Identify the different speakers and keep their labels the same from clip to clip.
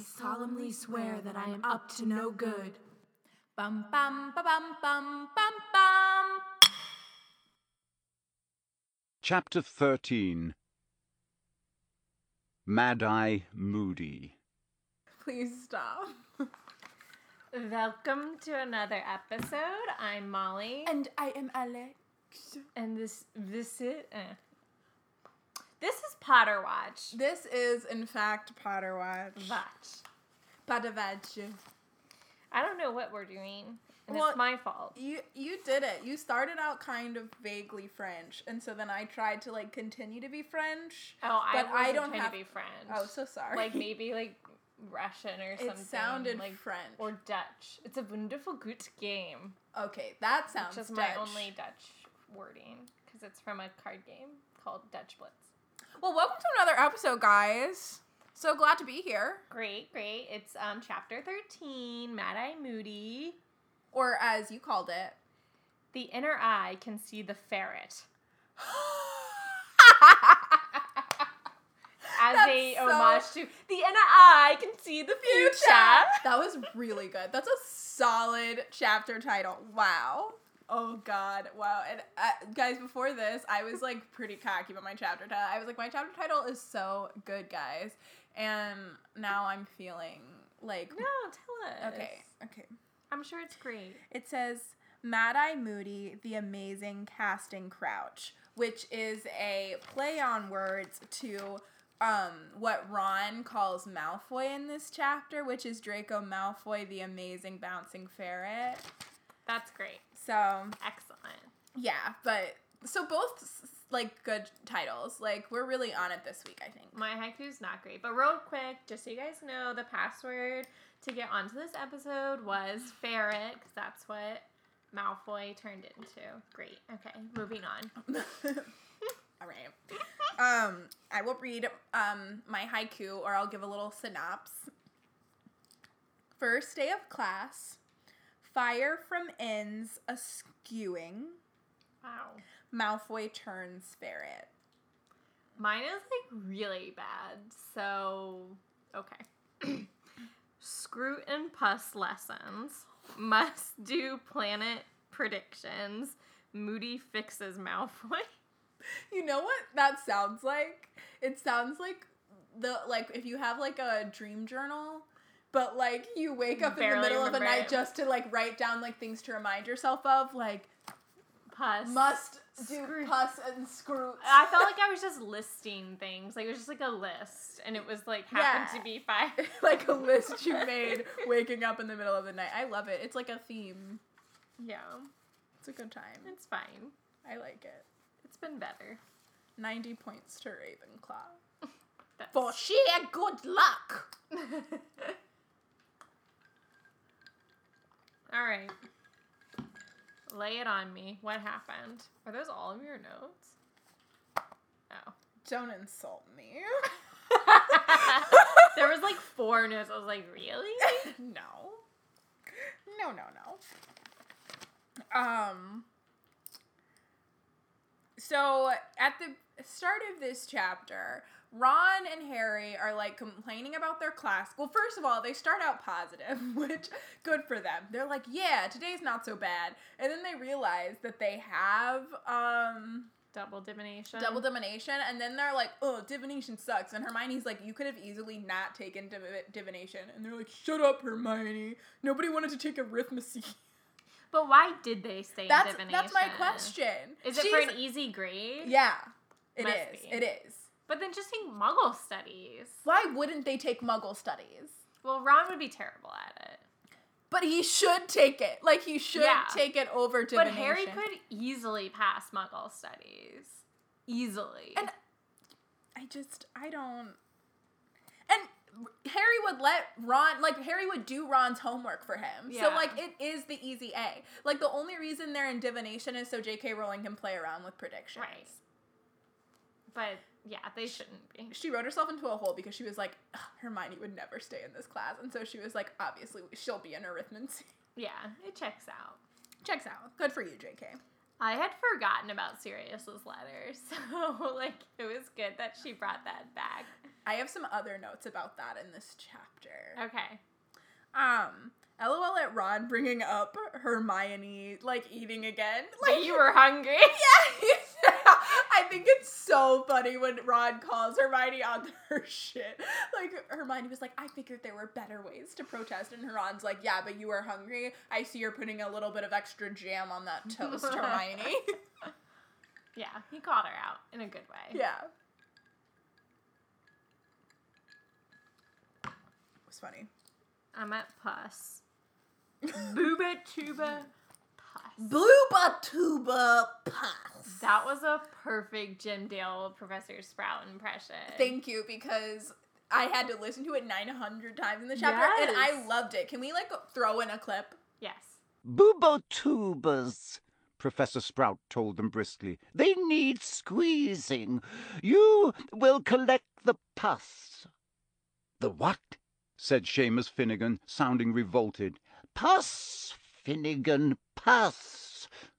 Speaker 1: solemnly swear that I am up to no good.
Speaker 2: Bum bum ba bum bum bum bum.
Speaker 3: Chapter 13 Mad Eye Moody.
Speaker 2: Please stop.
Speaker 4: Welcome to another episode. I'm Molly,
Speaker 1: And I am Alex.
Speaker 4: and this this is
Speaker 2: uh,
Speaker 4: eh. this is Potter Watch.
Speaker 2: This is in fact Potter Watch.
Speaker 4: Watch.
Speaker 2: Potter Watch.
Speaker 4: I don't know what we're doing, and
Speaker 2: Well,
Speaker 4: it's my fault.
Speaker 2: You you did it. You started out kind of vaguely French, and so then I tried to like continue to be French.
Speaker 4: Oh, I
Speaker 2: but
Speaker 4: wasn't
Speaker 2: I don't
Speaker 4: trying
Speaker 2: have-
Speaker 4: to be French.
Speaker 2: Oh, so sorry.
Speaker 4: like maybe like Russian or
Speaker 2: it
Speaker 4: something.
Speaker 2: sounded
Speaker 4: like
Speaker 2: French.
Speaker 4: or Dutch. It's a wonderful good game.
Speaker 2: okay, that sounds
Speaker 4: Which is
Speaker 2: Um, Dutch.
Speaker 4: my only Dutch wording because it's from a card game called Dutch Blitz.
Speaker 2: Well, welcome to another episode, guys. So glad to be here.
Speaker 4: Great, great. It's um chapter thirteen. Mad Eye Moody.
Speaker 2: Or as you called it.
Speaker 4: The inner eye can see the ferret. As
Speaker 2: That's
Speaker 4: a
Speaker 2: so-
Speaker 4: homage to the inner eye can see the future.
Speaker 2: That was really good. That's a solid chapter title. Wow. Oh God! Wow. And uh, guys, before this, I was like pretty cocky about my chapter title. I was like, my chapter title is so good, guys. And now I'm feeling like
Speaker 4: No, tell us.
Speaker 2: okay, okay.
Speaker 4: I'm sure it's great.
Speaker 2: It says Mad Eye Moody, the amazing casting crouch, which is a play on words to um, what Ron calls Malfoy in this chapter, which is Draco Malfoy, the amazing bouncing ferret.
Speaker 4: That's great.
Speaker 2: So
Speaker 4: Excellent.
Speaker 2: yeah, but so both s- s- like good titles. Like we're really on it this week, I think.
Speaker 4: My haiku's not great, but real quick, just so you guys know, the password to get onto this episode was ferret, because that's what Malfoy turned into. Great. Okay, moving on.
Speaker 2: All right. Um, I will read um, my haiku or I'll give a little synopsis. First day of class, fire from ends a skewing,
Speaker 4: Wow.
Speaker 2: Malfoy turns ferret.
Speaker 4: Mine is like really bad. So, okay. Scroot and pus lessons. Must do planet predictions. Moody fixes Malfoy.
Speaker 2: You know what that sounds like? It sounds like the like if you have like a dream journal, but like you wake up in the
Speaker 4: Barely
Speaker 2: middle of the
Speaker 4: remember
Speaker 2: night
Speaker 4: it.
Speaker 2: just to like write down like things to remind yourself of, like
Speaker 4: Pus.
Speaker 2: must do
Speaker 4: Scroot.
Speaker 2: pus and screw.
Speaker 4: I felt like I was just listing things. Like it was just like a list, and it was like happened
Speaker 2: Yeah.
Speaker 4: to be five.
Speaker 2: like a list you made waking up in the middle of the night. I love it. It's like a theme.
Speaker 4: Yeah,
Speaker 2: It's a good time.
Speaker 4: it's fine.
Speaker 2: I like it.
Speaker 4: It's been better.
Speaker 2: 90 points to Ravenclaw.
Speaker 4: That's-
Speaker 2: For sheer good luck.
Speaker 4: all right. Lay it on me. What happened? Are those all of your notes? Oh.
Speaker 2: Don't insult me.
Speaker 4: there was like four notes. I was like, really?
Speaker 2: no. No, no, no. Um So at the start of this chapter, Ron and Harry are like complaining about their class. Well, first of all, they start out positive, which good for them. They're like, "Yeah, today's not so bad." And then they realize that they have um
Speaker 4: Double divination.
Speaker 2: double divination and then they're like oh divination sucks and hermione's like you could have easily not taken div- divination and they're like shut up hermione nobody wanted to take arithmetic
Speaker 4: But why did they say
Speaker 2: that's
Speaker 4: divination?
Speaker 2: that's my question
Speaker 4: Is it for
Speaker 2: She's-
Speaker 4: an easy grade?
Speaker 2: yeah it
Speaker 4: Must
Speaker 2: is
Speaker 4: be.
Speaker 2: it is
Speaker 4: But then just take Muggle studies.
Speaker 2: why wouldn't they take muggle studies
Speaker 4: Well, Ron would be terrible at it.
Speaker 2: but he should take it like he should
Speaker 4: Yeah.
Speaker 2: take it over
Speaker 4: But
Speaker 2: divination
Speaker 4: Harry could easily pass Muggle studies. Easily.
Speaker 2: And- I just I don't. And Harry would let Ron like Harry would do Ron's homework for him. So
Speaker 4: Yeah.
Speaker 2: like it is the easy A. Like the only reason they're in divination is so J.K. Rowling can play around with predictions.
Speaker 4: right. But yeah, they shouldn't be.
Speaker 2: She wrote herself into a hole because she was like, "Ugh, Hermione would never stay in this class, and so she was like, obviously she'll be an arithmancy.
Speaker 4: Yeah, it checks out.
Speaker 2: Checks out. Good for you, J.K.
Speaker 4: I had forgotten about Sirius's letter, so like it was good that she brought that back.
Speaker 2: I have some other notes about that in this chapter.
Speaker 4: Okay.
Speaker 2: Um, LOL at Ron bringing up Hermione like eating again. Like
Speaker 4: But you were hungry.
Speaker 2: yeah, I think it's so funny when Ron calls Hermione on her shit. Like Hermione was like, "I figured there were better ways to protest," and Ron's like, "Yeah, but you were hungry. I see you're putting a little bit of extra jam on that toast, Hermione."
Speaker 4: Yeah, he called her out in a good way.
Speaker 2: yeah, it was funny.
Speaker 4: I'm at pus. Booba tuba pus.
Speaker 2: Blooba tuba puss.
Speaker 4: That was a perfect Jim Dale Professor Sprout impression.
Speaker 2: Thank you because I had to listen to it 900 times in the chapter and I
Speaker 4: Yes.
Speaker 2: loved it. Can we like throw in a clip?
Speaker 4: yes.
Speaker 5: Boobotubas, Professor Sprout told them briskly. They need squeezing. You will collect the pus. The what?
Speaker 3: said Seamus Finnegan, sounding revolted.
Speaker 5: Pus, Finnegan, pus,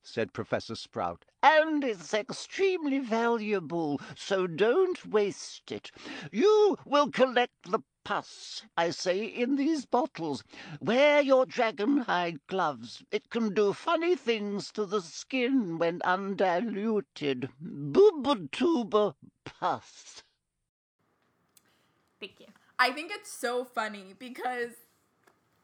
Speaker 3: Said Professor Sprout,
Speaker 5: and it's extremely valuable, so don't waste it. You will collect the pus, I say, in these bottles. Wear your dragonhide gloves. It can do funny things to the skin when undiluted. Boobatuba pus.
Speaker 4: Thank you.
Speaker 2: I think it's so funny because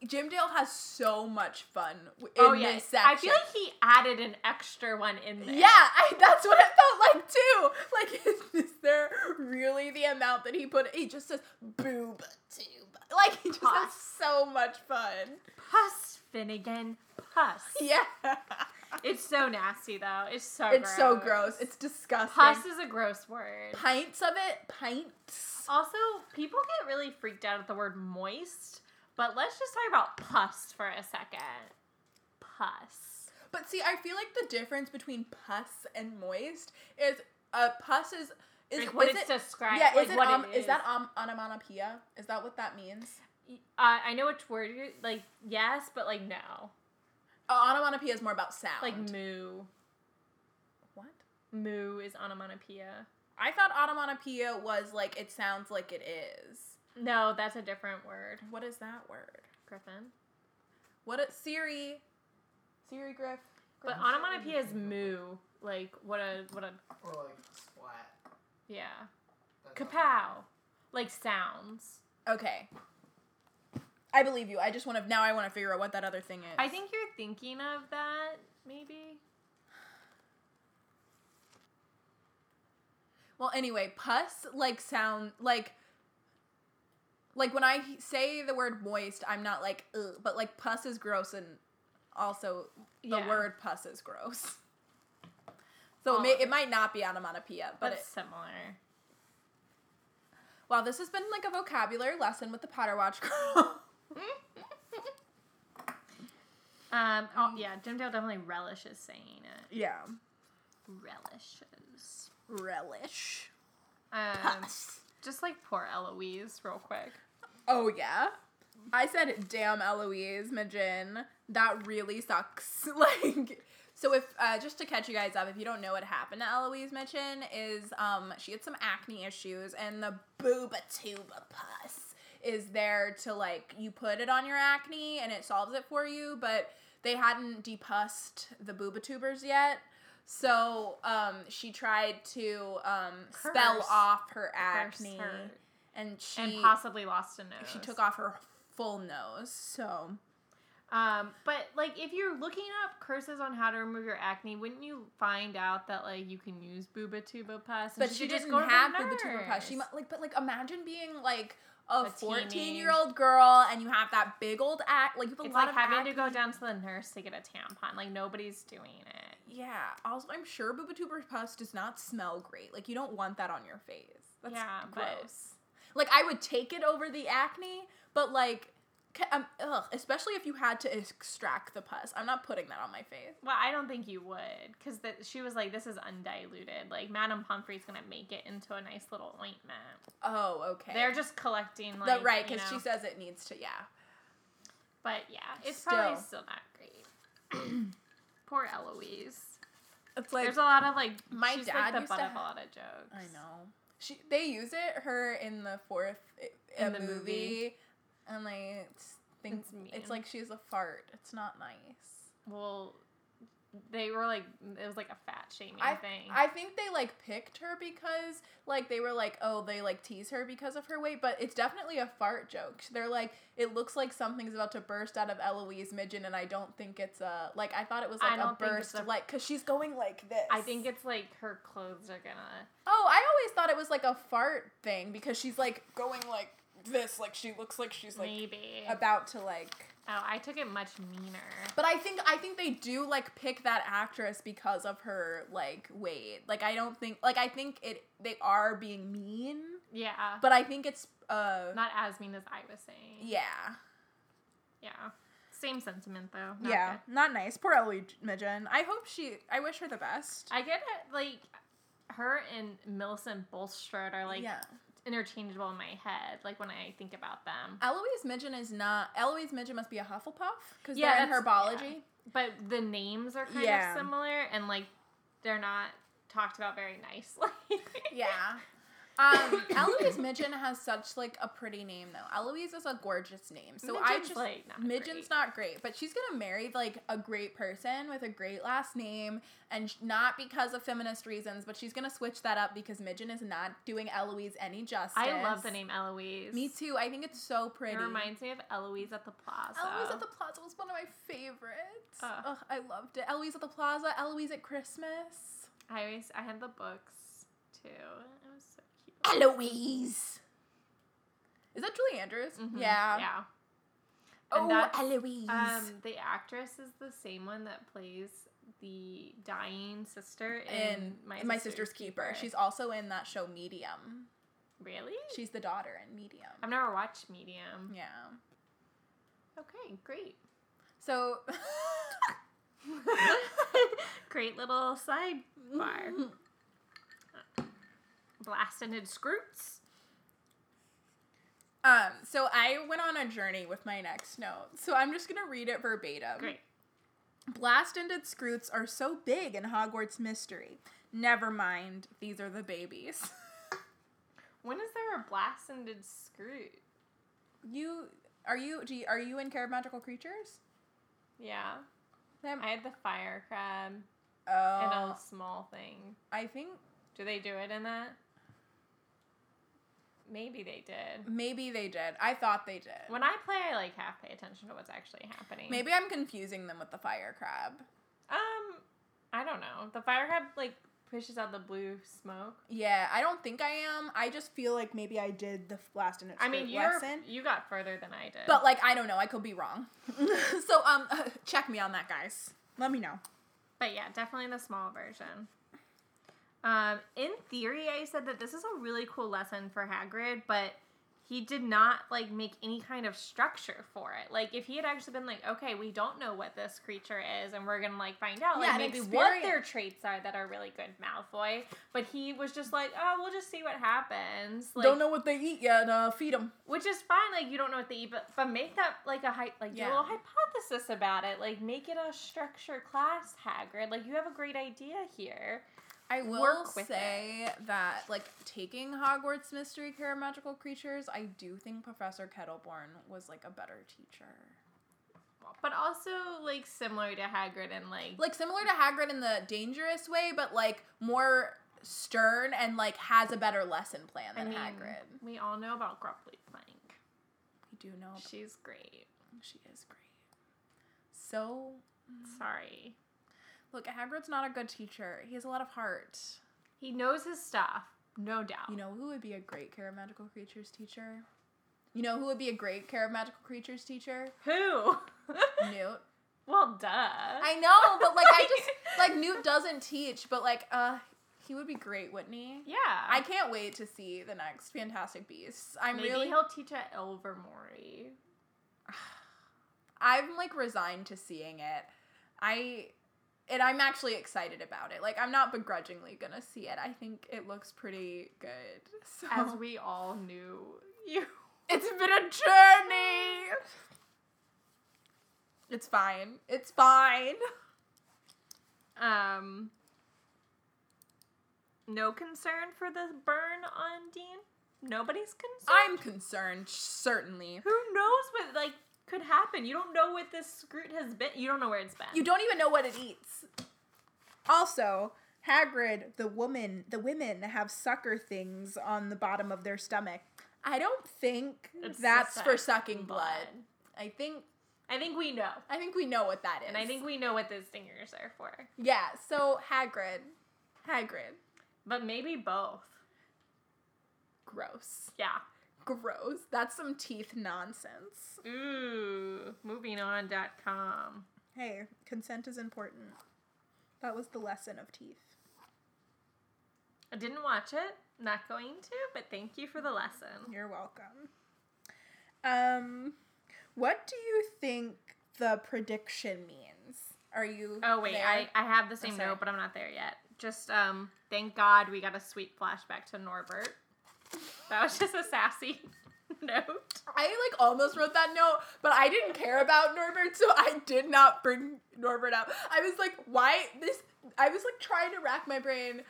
Speaker 2: Jim Dale has so much fun w- in
Speaker 4: oh
Speaker 2: this
Speaker 4: yes.
Speaker 2: section.
Speaker 4: I feel like he added an extra one in there.
Speaker 2: yeah, I, that's what it felt like too. Like, is there really the amount that he put? He just says boob tube. Like he just has
Speaker 4: Puss.
Speaker 2: so much fun.
Speaker 4: Pus Finnegan. Pus.
Speaker 2: Yeah,
Speaker 4: It's so nasty though. It's so
Speaker 2: it's so gross. It's disgusting.
Speaker 4: Pus is a gross word.
Speaker 2: pints of it. Pints.
Speaker 4: Also, people get really freaked out at the word moist, but let's just talk about pus for a second. Pus.
Speaker 2: But see, I feel like the difference between pus and moist is uh, pus is is
Speaker 4: Like what
Speaker 2: is
Speaker 4: it's
Speaker 2: it,
Speaker 4: described.
Speaker 2: yeah,
Speaker 4: like
Speaker 2: is it,
Speaker 4: what
Speaker 2: um,
Speaker 4: it
Speaker 2: is that um, onomatopoeia? Is that what that means?
Speaker 4: Uh, I know which word you're like. Yes, but like no.
Speaker 2: Uh, onomatopoeia is more about sound.
Speaker 4: Like moo.
Speaker 2: what?
Speaker 4: Moo is onomatopoeia.
Speaker 2: I thought onomatopoeia was like it sounds like it is.
Speaker 4: No, that's a different word.
Speaker 2: What is that word?
Speaker 4: Griffin.
Speaker 2: What it Siri? Siri Griff.
Speaker 4: But onomatopoeia is moo. Like what a what a
Speaker 6: Or like splat.
Speaker 4: yeah.
Speaker 6: That's how-
Speaker 4: Kapow. Like sounds.
Speaker 2: Okay. I believe you. I just want to now. I want to figure out what that other thing is.
Speaker 4: I think you're thinking of that maybe.
Speaker 2: Well, anyway, pus like sound like like when I he- say the word moist, I'm not like Ugh, but like pus is gross and also the
Speaker 4: Yeah.
Speaker 2: word pus is gross. So
Speaker 4: All
Speaker 2: it, may,
Speaker 4: of
Speaker 2: it might not be onomatopoeia, but it,
Speaker 4: That's similar.
Speaker 2: wow, this has been like a vocabulary lesson with the Potter Watch girl.
Speaker 4: Um. Oh, yeah, Jim Dale definitely relishes saying it.
Speaker 2: yeah,
Speaker 4: Relishes.
Speaker 2: relish
Speaker 4: Um.
Speaker 2: pus.
Speaker 4: Just like poor Eloise, real quick.
Speaker 2: Oh yeah, I said, "Damn, Eloise Majin, that really sucks." like, so if uh, just to catch you guys up, if you don't know what happened to Eloise Majin, is um she had some acne issues, and the booba tuba pus is there to like you put it on your acne and it solves it for you, but they hadn't depussed the booba tubers yet. So um, she tried to um, spell
Speaker 4: Curse.
Speaker 2: off her
Speaker 4: Curse
Speaker 2: acne,
Speaker 4: her.
Speaker 2: and she
Speaker 4: and possibly lost a nose.
Speaker 2: she took off her full nose. So
Speaker 4: Um, but like, if you're looking up curses on how to remove your acne, wouldn't you find out that like you can use booba tuba pus? and
Speaker 2: but
Speaker 4: you
Speaker 2: she
Speaker 4: could just
Speaker 2: doesn't
Speaker 4: go to the
Speaker 2: have the tuber pus. She mu-
Speaker 4: nurse?
Speaker 2: like but like imagine being like a
Speaker 4: A
Speaker 2: 14
Speaker 4: teeny.
Speaker 2: year old girl and you have that big old act like you have a
Speaker 4: It's
Speaker 2: lot
Speaker 4: like
Speaker 2: of
Speaker 4: having
Speaker 2: acne.
Speaker 4: to go down to the nurse to get a tampon. Like nobody's doing it.
Speaker 2: yeah also i'm sure booba tuber pus does not smell great like you don't want that on your face that's
Speaker 4: Yeah, but-
Speaker 2: gross like i would take it over the acne but like ca- um, ugh, especially if you had to extract the pus i'm not putting that on my face
Speaker 4: Well, I don't think you would, because that she was like, "This is undiluted. Like, Madame Pomfrey's gonna make it into a nice little ointment.
Speaker 2: oh okay
Speaker 4: They're just collecting
Speaker 2: The-
Speaker 4: like,
Speaker 2: right
Speaker 4: you
Speaker 2: because she
Speaker 4: know.
Speaker 2: says it needs to yeah
Speaker 4: But yeah, it's probably
Speaker 2: Still.
Speaker 4: still not great. Poor Eloise.
Speaker 2: it's like
Speaker 4: There's a lot of like,
Speaker 2: my
Speaker 4: she's
Speaker 2: dad
Speaker 4: like the
Speaker 2: used
Speaker 4: butt
Speaker 2: to
Speaker 4: of a
Speaker 2: ha-
Speaker 4: lot of jokes.
Speaker 2: I know. She they use it her in the fourth i-
Speaker 4: In
Speaker 2: a
Speaker 4: the
Speaker 2: movie,
Speaker 4: movie.
Speaker 2: and like it's, think,
Speaker 4: It's mean.
Speaker 2: it's like she's a fart. It's not nice.
Speaker 4: Well, they were like it was like a fat shaming
Speaker 2: I,
Speaker 4: thing.
Speaker 2: I think they like picked her because like they were like oh they like tease her because of her weight but it's definitely a fart joke they're like it looks like something's about to burst out of eloise midgeon and i don't think it's a like i thought it was
Speaker 4: I
Speaker 2: like a
Speaker 4: don't think it's
Speaker 2: burst
Speaker 4: a-
Speaker 2: like because she's going like this
Speaker 4: I think it's like her clothes are gonna.
Speaker 2: oh i always thought it was like a fart thing because she's like going like this like she looks like she's like
Speaker 4: maybe.
Speaker 2: about to like
Speaker 4: oh, I took it much meaner.
Speaker 2: But I think I think they do like pick that actress because of her like weight. Like I don't think like I think it they are being mean,
Speaker 4: Yeah.
Speaker 2: but I think it's uh
Speaker 4: not as mean as I was saying.
Speaker 2: yeah.
Speaker 4: Yeah. Same sentiment though. Not
Speaker 2: yeah,
Speaker 4: good.
Speaker 2: not nice. Poor Ellie Midgen. I hope she I wish her the best.
Speaker 4: I get it. Like her and Millicent Bulstrode are like
Speaker 2: yeah.
Speaker 4: interchangeable in my head. Like when I think about them.
Speaker 2: Eloise Midgen is not Eloise Midgen must be a Hufflepuff cuz
Speaker 4: Yeah,
Speaker 2: they're in
Speaker 4: that's-
Speaker 2: herbology.
Speaker 4: But the names are kind
Speaker 2: Yeah.
Speaker 4: of similar and like they're not talked about very nicely.
Speaker 2: Yeah. Um, Eloise Midgen has such like a pretty name though. Eloise is a gorgeous name, so I
Speaker 4: Midgen's,
Speaker 2: just
Speaker 4: like, not
Speaker 2: Midgen's
Speaker 4: great.
Speaker 2: not great, but she's gonna marry like a great person with a great last name, and sh- not because of feminist reasons, but she's gonna switch that up because Midgen is not doing Eloise any justice.
Speaker 4: I love the name Eloise.
Speaker 2: Me too. I think it's so pretty.
Speaker 4: It reminds me of Eloise at the Plaza.
Speaker 2: Eloise at the Plaza was one of my favorites.
Speaker 4: Ugh.
Speaker 2: Ugh, I loved it. Eloise at the Plaza. Eloise at Christmas.
Speaker 4: I always I had the books too. It was so cute.
Speaker 2: Eloise. Is that Julie Andrews?
Speaker 4: Mhm,
Speaker 2: Yeah.
Speaker 4: Yeah.
Speaker 2: Oh,
Speaker 4: And that's-
Speaker 2: Eloise.
Speaker 4: Um, the actress is the same one that plays the dying sister in,
Speaker 2: in Mm, My, Sister's, Keeper. She's also in that show Medium.
Speaker 4: really.
Speaker 2: She's the daughter in Medium.
Speaker 4: I've never watched Medium.
Speaker 2: yeah.
Speaker 4: Okay, great.
Speaker 2: So
Speaker 4: great little sidebar. Mm-hmm. Blasted in Scroots.
Speaker 2: um so I went on a journey with my next note. So I'm just going to read it verbatim.
Speaker 4: Great.
Speaker 2: Blast-ended scroots are so big in Hogwarts mystery. Never mind, these are the babies.
Speaker 4: When is there a blasted Scroot?
Speaker 2: you are you do you, are you in Care of Magical Creatures?
Speaker 4: Yeah.
Speaker 2: Them-
Speaker 4: I had the fire crab and
Speaker 2: oh,
Speaker 4: a small thing.
Speaker 2: I think
Speaker 4: Do they do it in that? Maybe they did.
Speaker 2: maybe they did. I thought they did.
Speaker 4: When I play, I like half pay attention to what's actually happening.
Speaker 2: Maybe I'm confusing them with the fire crab.
Speaker 4: Um, I don't know. The fire crab like pushes out the blue smoke.
Speaker 2: Yeah, I don't think I am. I just feel like maybe I did the last in
Speaker 4: I mean, you
Speaker 2: lesson.
Speaker 4: you got further than I did.
Speaker 2: But like I don't know, I could be wrong. so um check me on that guys. Let me know.
Speaker 4: but yeah, definitely the small version. Um, in theory, I said that this is a really cool lesson for Hagrid, but he did not like make any kind of structure for it. Like, if he had actually been like, okay, we don't know what this creature is, and we're gonna like find out, like
Speaker 2: Yeah, an
Speaker 4: maybe what
Speaker 2: experience.
Speaker 4: their traits are that are really good Malfoy. But he was just like, oh, we'll just see what happens. Like,
Speaker 2: don't know what they eat yet, uh feed them.
Speaker 4: which is fine. Like you don't know what they eat, but but make that like a hy- like do
Speaker 2: Yeah.
Speaker 4: a little hypothesis about it. Like make it a structure class, Hagrid. Like you have a great idea here.
Speaker 2: I will
Speaker 4: Work with
Speaker 2: say that like taking Hogwarts mystery care of magical creatures, I do think Professor Kettleborn was like a better teacher.
Speaker 4: But also like similar to Hagrid and like,
Speaker 2: Like similar to Hagrid in the dangerous way, but like more stern and like has a better lesson plan
Speaker 4: I
Speaker 2: than
Speaker 4: mean,
Speaker 2: Hagrid.
Speaker 4: We all know about Grumpy Plank.
Speaker 2: We do know about
Speaker 4: She's great.
Speaker 2: She is great. So,
Speaker 4: Sorry.
Speaker 2: look, Hagrid's not a good teacher. He has a lot of heart.
Speaker 4: He knows his stuff, no doubt.
Speaker 2: You know who would be a great Care of Magical Creatures teacher? You know who would be a great Care of Magical Creatures teacher?
Speaker 4: who?
Speaker 2: Newt.
Speaker 4: well, duh.
Speaker 2: I know, but like I just like Newt doesn't teach, but like uh he would be great, wouldn't he?
Speaker 4: yeah.
Speaker 2: I can't wait to see the next Fantastic Beasts. I'm
Speaker 4: Maybe
Speaker 2: really
Speaker 4: he'll teach at Ilvermorny.
Speaker 2: I'm like resigned to seeing it. I and I'm actually excited about it. Like I'm not begrudgingly gonna see it. I think it looks pretty good. So
Speaker 4: as we all knew you
Speaker 2: it's been a journey. It's fine. It's fine.
Speaker 4: Um, no concern for the burn on Dean? Nobody's concerned.
Speaker 2: I'm concerned, certainly.
Speaker 4: Uh, Who knows what like could happen? You don't know what this scroot has been. You don't know where it's been.
Speaker 2: You don't even know what it eats. Also, Hagrid, the woman, the women have sucker things on the bottom of their stomach. I don't think
Speaker 4: It's to
Speaker 2: that's for
Speaker 4: suck
Speaker 2: sucking blood. I think
Speaker 4: I think we know,
Speaker 2: I think we know what that is.
Speaker 4: and I think we know what those stingers are for.
Speaker 2: yeah. So Hagrid, Hagrid,
Speaker 4: But maybe both.
Speaker 2: gross,
Speaker 4: Yeah.
Speaker 2: gross. That's some teeth nonsense.
Speaker 4: Ooh. Moving on. dot com.
Speaker 2: Hey, consent is important. That was the lesson of teeth.
Speaker 4: I didn't watch it. Not going to. But thank you for the lesson.
Speaker 2: You're welcome. Um, what do you think the prediction means? Are you?
Speaker 4: Oh wait,
Speaker 2: there?
Speaker 4: I, I have the same
Speaker 2: sorry.
Speaker 4: note, but I'm not there yet. Just um, thank God we got a sweet flashback to Norbert. That was just a sassy note.
Speaker 2: I like almost wrote that note, but I didn't care about Norbert, so I did not bring Norbert up. I was like, why this? I was like trying to rack my brain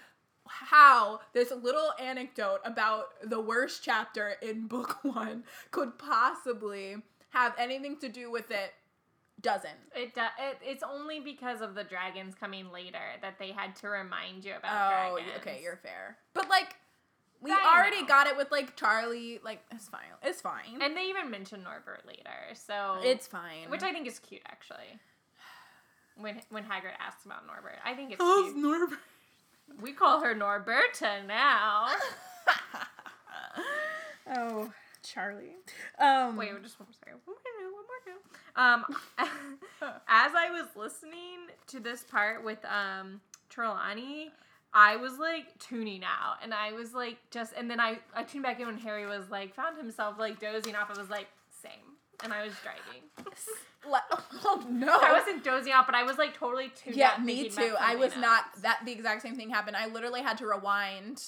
Speaker 2: how this little anecdote about the worst chapter in book one could possibly have anything to do with it. Doesn't.
Speaker 4: It, do, it it's only because of the dragons coming later that they had to remind you about
Speaker 2: Oh,
Speaker 4: dragons.
Speaker 2: y- okay, you're fair. But like, we
Speaker 4: That I
Speaker 2: already
Speaker 4: know.
Speaker 2: got it with like Charlie. Like, it's fine. It's fine.
Speaker 4: And they even mention Norbert later, so
Speaker 2: it's fine.
Speaker 4: which I think is cute actually. When when Hagrid asks about Norbert, I think it's
Speaker 2: loves
Speaker 4: cute.
Speaker 2: Norbert.
Speaker 4: We call her Norberta now.
Speaker 2: oh, Charlie. Um,
Speaker 4: Wait, just one more second. One more note, one more note. Um, as I was listening to this part with um Trelawney, I was like tuning out, and I was like just, and then I I tuned back in when Harry was like found himself like dozing off. I was like same, and I was driving.
Speaker 2: le- oh no.
Speaker 4: I wasn't dozing off, but I was like totally tuned.
Speaker 2: yeah,
Speaker 4: out
Speaker 2: me
Speaker 4: thinking about
Speaker 2: too. I
Speaker 4: something
Speaker 2: was not.
Speaker 4: else.
Speaker 2: That the exact same thing happened. I literally had to rewind.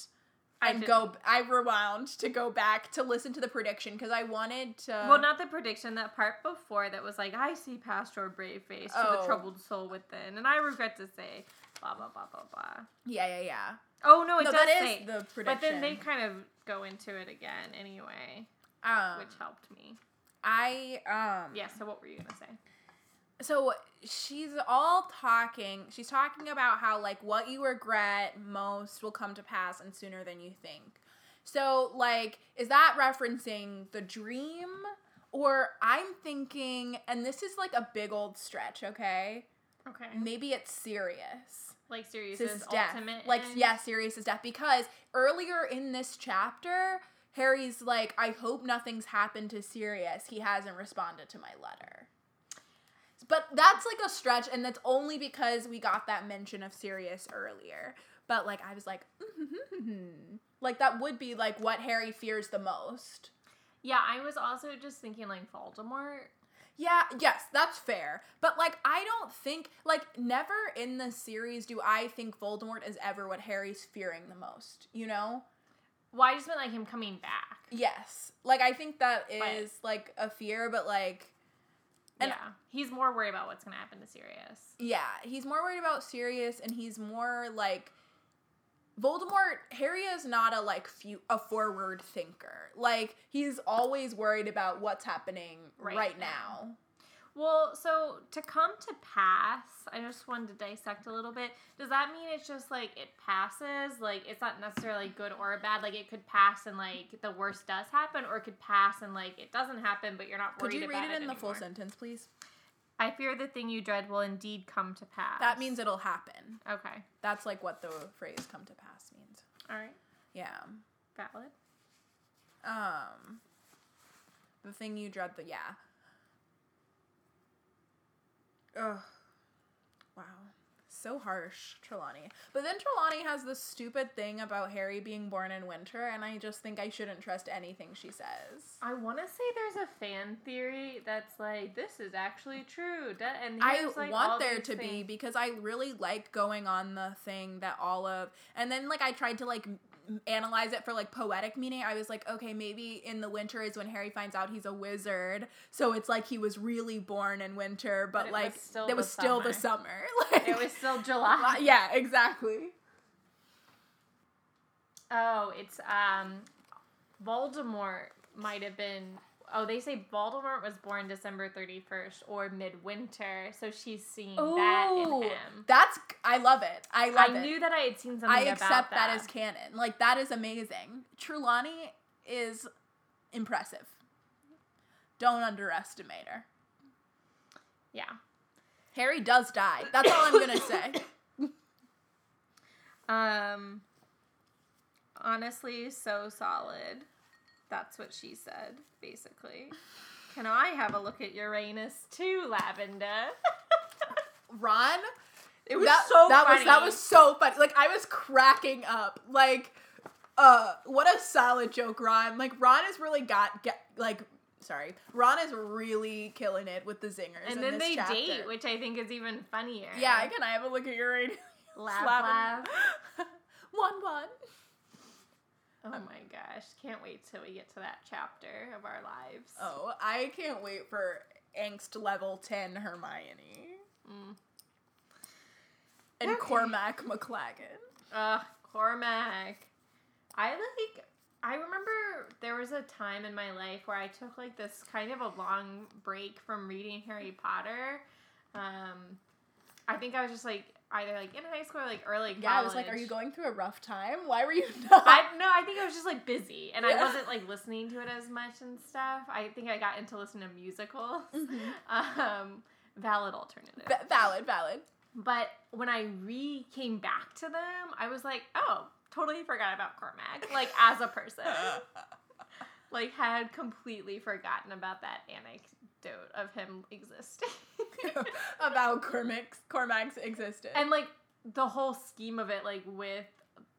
Speaker 4: I
Speaker 2: And
Speaker 4: didn't-
Speaker 2: go. I rewound to go back to listen to the prediction because I wanted to.
Speaker 4: Well, not the prediction, that part before that was like, I see past your brave face to
Speaker 2: Oh.
Speaker 4: the troubled soul within, and I regret to say, blah, blah, blah, blah, blah.
Speaker 2: Yeah, yeah, yeah.
Speaker 4: Oh, no, it
Speaker 2: no,
Speaker 4: does
Speaker 2: that is
Speaker 4: say.
Speaker 2: the prediction.
Speaker 4: But then they kind of go into it again anyway,
Speaker 2: um,
Speaker 4: which helped me.
Speaker 2: I um
Speaker 4: Yeah, so what were you going to say?
Speaker 2: so she's all talking she's talking about how like what you regret most will come to pass and sooner than you think so like is that referencing the dream or i'm thinking and this is like a big old stretch okay
Speaker 4: Okay.
Speaker 2: maybe it's serious
Speaker 4: Like
Speaker 2: Sirius's
Speaker 4: Sirius's
Speaker 2: death.
Speaker 4: ultimate.
Speaker 2: Like,
Speaker 4: end?
Speaker 2: yeah, Sirius's death. Because earlier in this chapter, Harry's like, I hope nothing's happened to Sirius. He hasn't responded to my letter. But that's like a stretch, and that's only because we got that mention of Sirius earlier. But like, I was like, "Mm-hmm." like that would be like what Harry fears the most.
Speaker 4: Yeah, I was also just thinking like Voldemort.
Speaker 2: Yeah, yes, that's fair. But like I don't think like never in the series do I think Voldemort is ever what Harry's fearing the most, you know?
Speaker 4: Well, I just meant like him coming back.
Speaker 2: Yes. Like I think that is like a fear, but like And-
Speaker 4: yeah. He's more worried about what's going to happen to Sirius.
Speaker 2: yeah, he's more worried about Sirius and he's more like Voldemort Harry is not a like few, a forward thinker. Like he's always worried about what's happening right,
Speaker 4: Right
Speaker 2: now.
Speaker 4: Well, so to come to pass, I just wanted to dissect a little bit. Does that mean it's just like it passes? Like it's not necessarily good or bad. Like it could pass and like the worst does happen, or it could pass and like it doesn't happen, but you're not worried
Speaker 2: Could you read
Speaker 4: about
Speaker 2: it in the full
Speaker 4: anymore.
Speaker 2: sentence, please?
Speaker 4: I fear the thing you dread will indeed come to pass.
Speaker 2: That means it'll happen.
Speaker 4: okay.
Speaker 2: That's like what the phrase come to pass means.
Speaker 4: All right.
Speaker 2: Yeah.
Speaker 4: Valid.
Speaker 2: Um the thing you dread the yeah. Ugh. Wow. So harsh, Trelawney. But then Trelawney has this stupid thing about Harry being born in winter, and I just think I shouldn't trust anything she says.
Speaker 4: I want to say there's a fan theory that's like this is actually true, da- and
Speaker 2: I
Speaker 4: here's, like, all
Speaker 2: want there
Speaker 4: these
Speaker 2: to be
Speaker 4: things.
Speaker 2: because I really like going on the thing that all of and then like I tried to like m- analyze it for like poetic meaning. I was like, okay, maybe in the winter is when Harry finds out he's a wizard. So it's like he was really born in winter, but,
Speaker 4: But it was
Speaker 2: like
Speaker 4: still
Speaker 2: there
Speaker 4: the
Speaker 2: was still the summer. Like uh,
Speaker 4: It was still July.
Speaker 2: yeah, exactly.
Speaker 4: Oh, it's um, Voldemort might have been. Oh, they say Voldemort was born December thirty first or midwinter, so she's seeing that in
Speaker 2: Ooh,
Speaker 4: him.
Speaker 2: Oh, That's I love it. I
Speaker 4: I
Speaker 2: love it.
Speaker 4: knew that I had seen something
Speaker 2: I
Speaker 4: about
Speaker 2: accept that.
Speaker 4: that
Speaker 2: as canon. Like that is amazing. Trelawney is impressive. Don't underestimate her.
Speaker 4: yeah.
Speaker 2: Harry does die. That's all I'm gonna say.
Speaker 4: Um, honestly, so solid. That's what she said, basically. Can I have a look at Uranus too, Lavender?
Speaker 2: Ron. It
Speaker 4: was
Speaker 2: that,
Speaker 4: so
Speaker 2: that was that
Speaker 4: funny.
Speaker 2: was so funny. Like I was cracking up. Like, uh, what a solid joke, Ron. Like Ron has really got get like. Sorry, Ron is really killing it with the zingers.
Speaker 4: and
Speaker 2: in
Speaker 4: then
Speaker 2: this
Speaker 4: they
Speaker 2: chapter.
Speaker 4: date, which I think is even funnier.
Speaker 2: Yeah, can I have a look at your rating?
Speaker 4: laugh,
Speaker 2: Slap
Speaker 4: laugh.
Speaker 2: him. one one.
Speaker 4: Oh my gosh, can't wait till we get to that chapter of our lives.
Speaker 2: Oh, I can't wait for angst level ten Hermione Mm. and
Speaker 4: Okay.
Speaker 2: Cormac McLagan.
Speaker 4: Ugh, Cormac. I like. I remember there was a time in my life where I took like this kind of a long break from reading Harry Potter. Um, I think I was just like either like in high school or like early college.
Speaker 2: Yeah, I was like, are you going through a rough time? Why were you not?
Speaker 4: I no, I think I was just like busy and
Speaker 2: Yeah.
Speaker 4: I wasn't like listening to it as much and stuff. I think I got into listening to musicals. Um, valid alternative.
Speaker 2: Mm-hmm. Va- valid, valid.
Speaker 4: But when I re came back to them, I was like, oh, totally forgot about Cormac, like as a person. like, had completely forgotten about that anecdote of him existing.
Speaker 2: about Cormac's Cormac's existence.
Speaker 4: and like the whole scheme of it, like with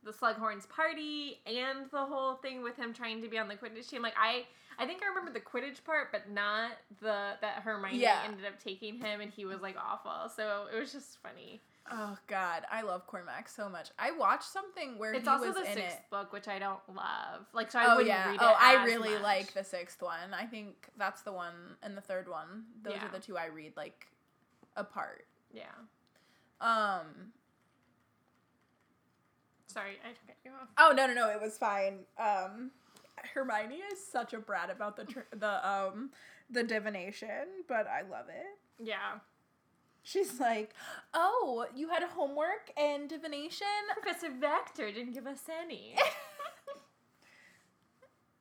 Speaker 4: the Slughorns party and the whole thing with him trying to be on the Quidditch team, like I. I think I remember the Quidditch part, but not the that Hermione
Speaker 2: Yeah.
Speaker 4: ended up taking him, and he was like awful. So it was just funny.
Speaker 2: oh God, I love Cormac so much. I watched something where
Speaker 4: It's
Speaker 2: he
Speaker 4: also
Speaker 2: was
Speaker 4: the
Speaker 2: in
Speaker 4: sixth
Speaker 2: it.
Speaker 4: book, which I don't love. Like, so I
Speaker 2: oh
Speaker 4: wouldn't
Speaker 2: yeah.
Speaker 4: read it.
Speaker 2: oh, I
Speaker 4: as
Speaker 2: really
Speaker 4: much.
Speaker 2: like the sixth one. I think that's the one and the third one. Those
Speaker 4: Yeah.
Speaker 2: are the two I read like apart.
Speaker 4: Yeah.
Speaker 2: Um.
Speaker 4: Sorry, I took you off.
Speaker 2: Oh no no no! It was fine. Um, Hermione is such a brat about the tr- the um the divination, but I love it.
Speaker 4: Yeah.
Speaker 2: She's like, "Oh, you had homework and divination."
Speaker 4: Professor Vector didn't give us any.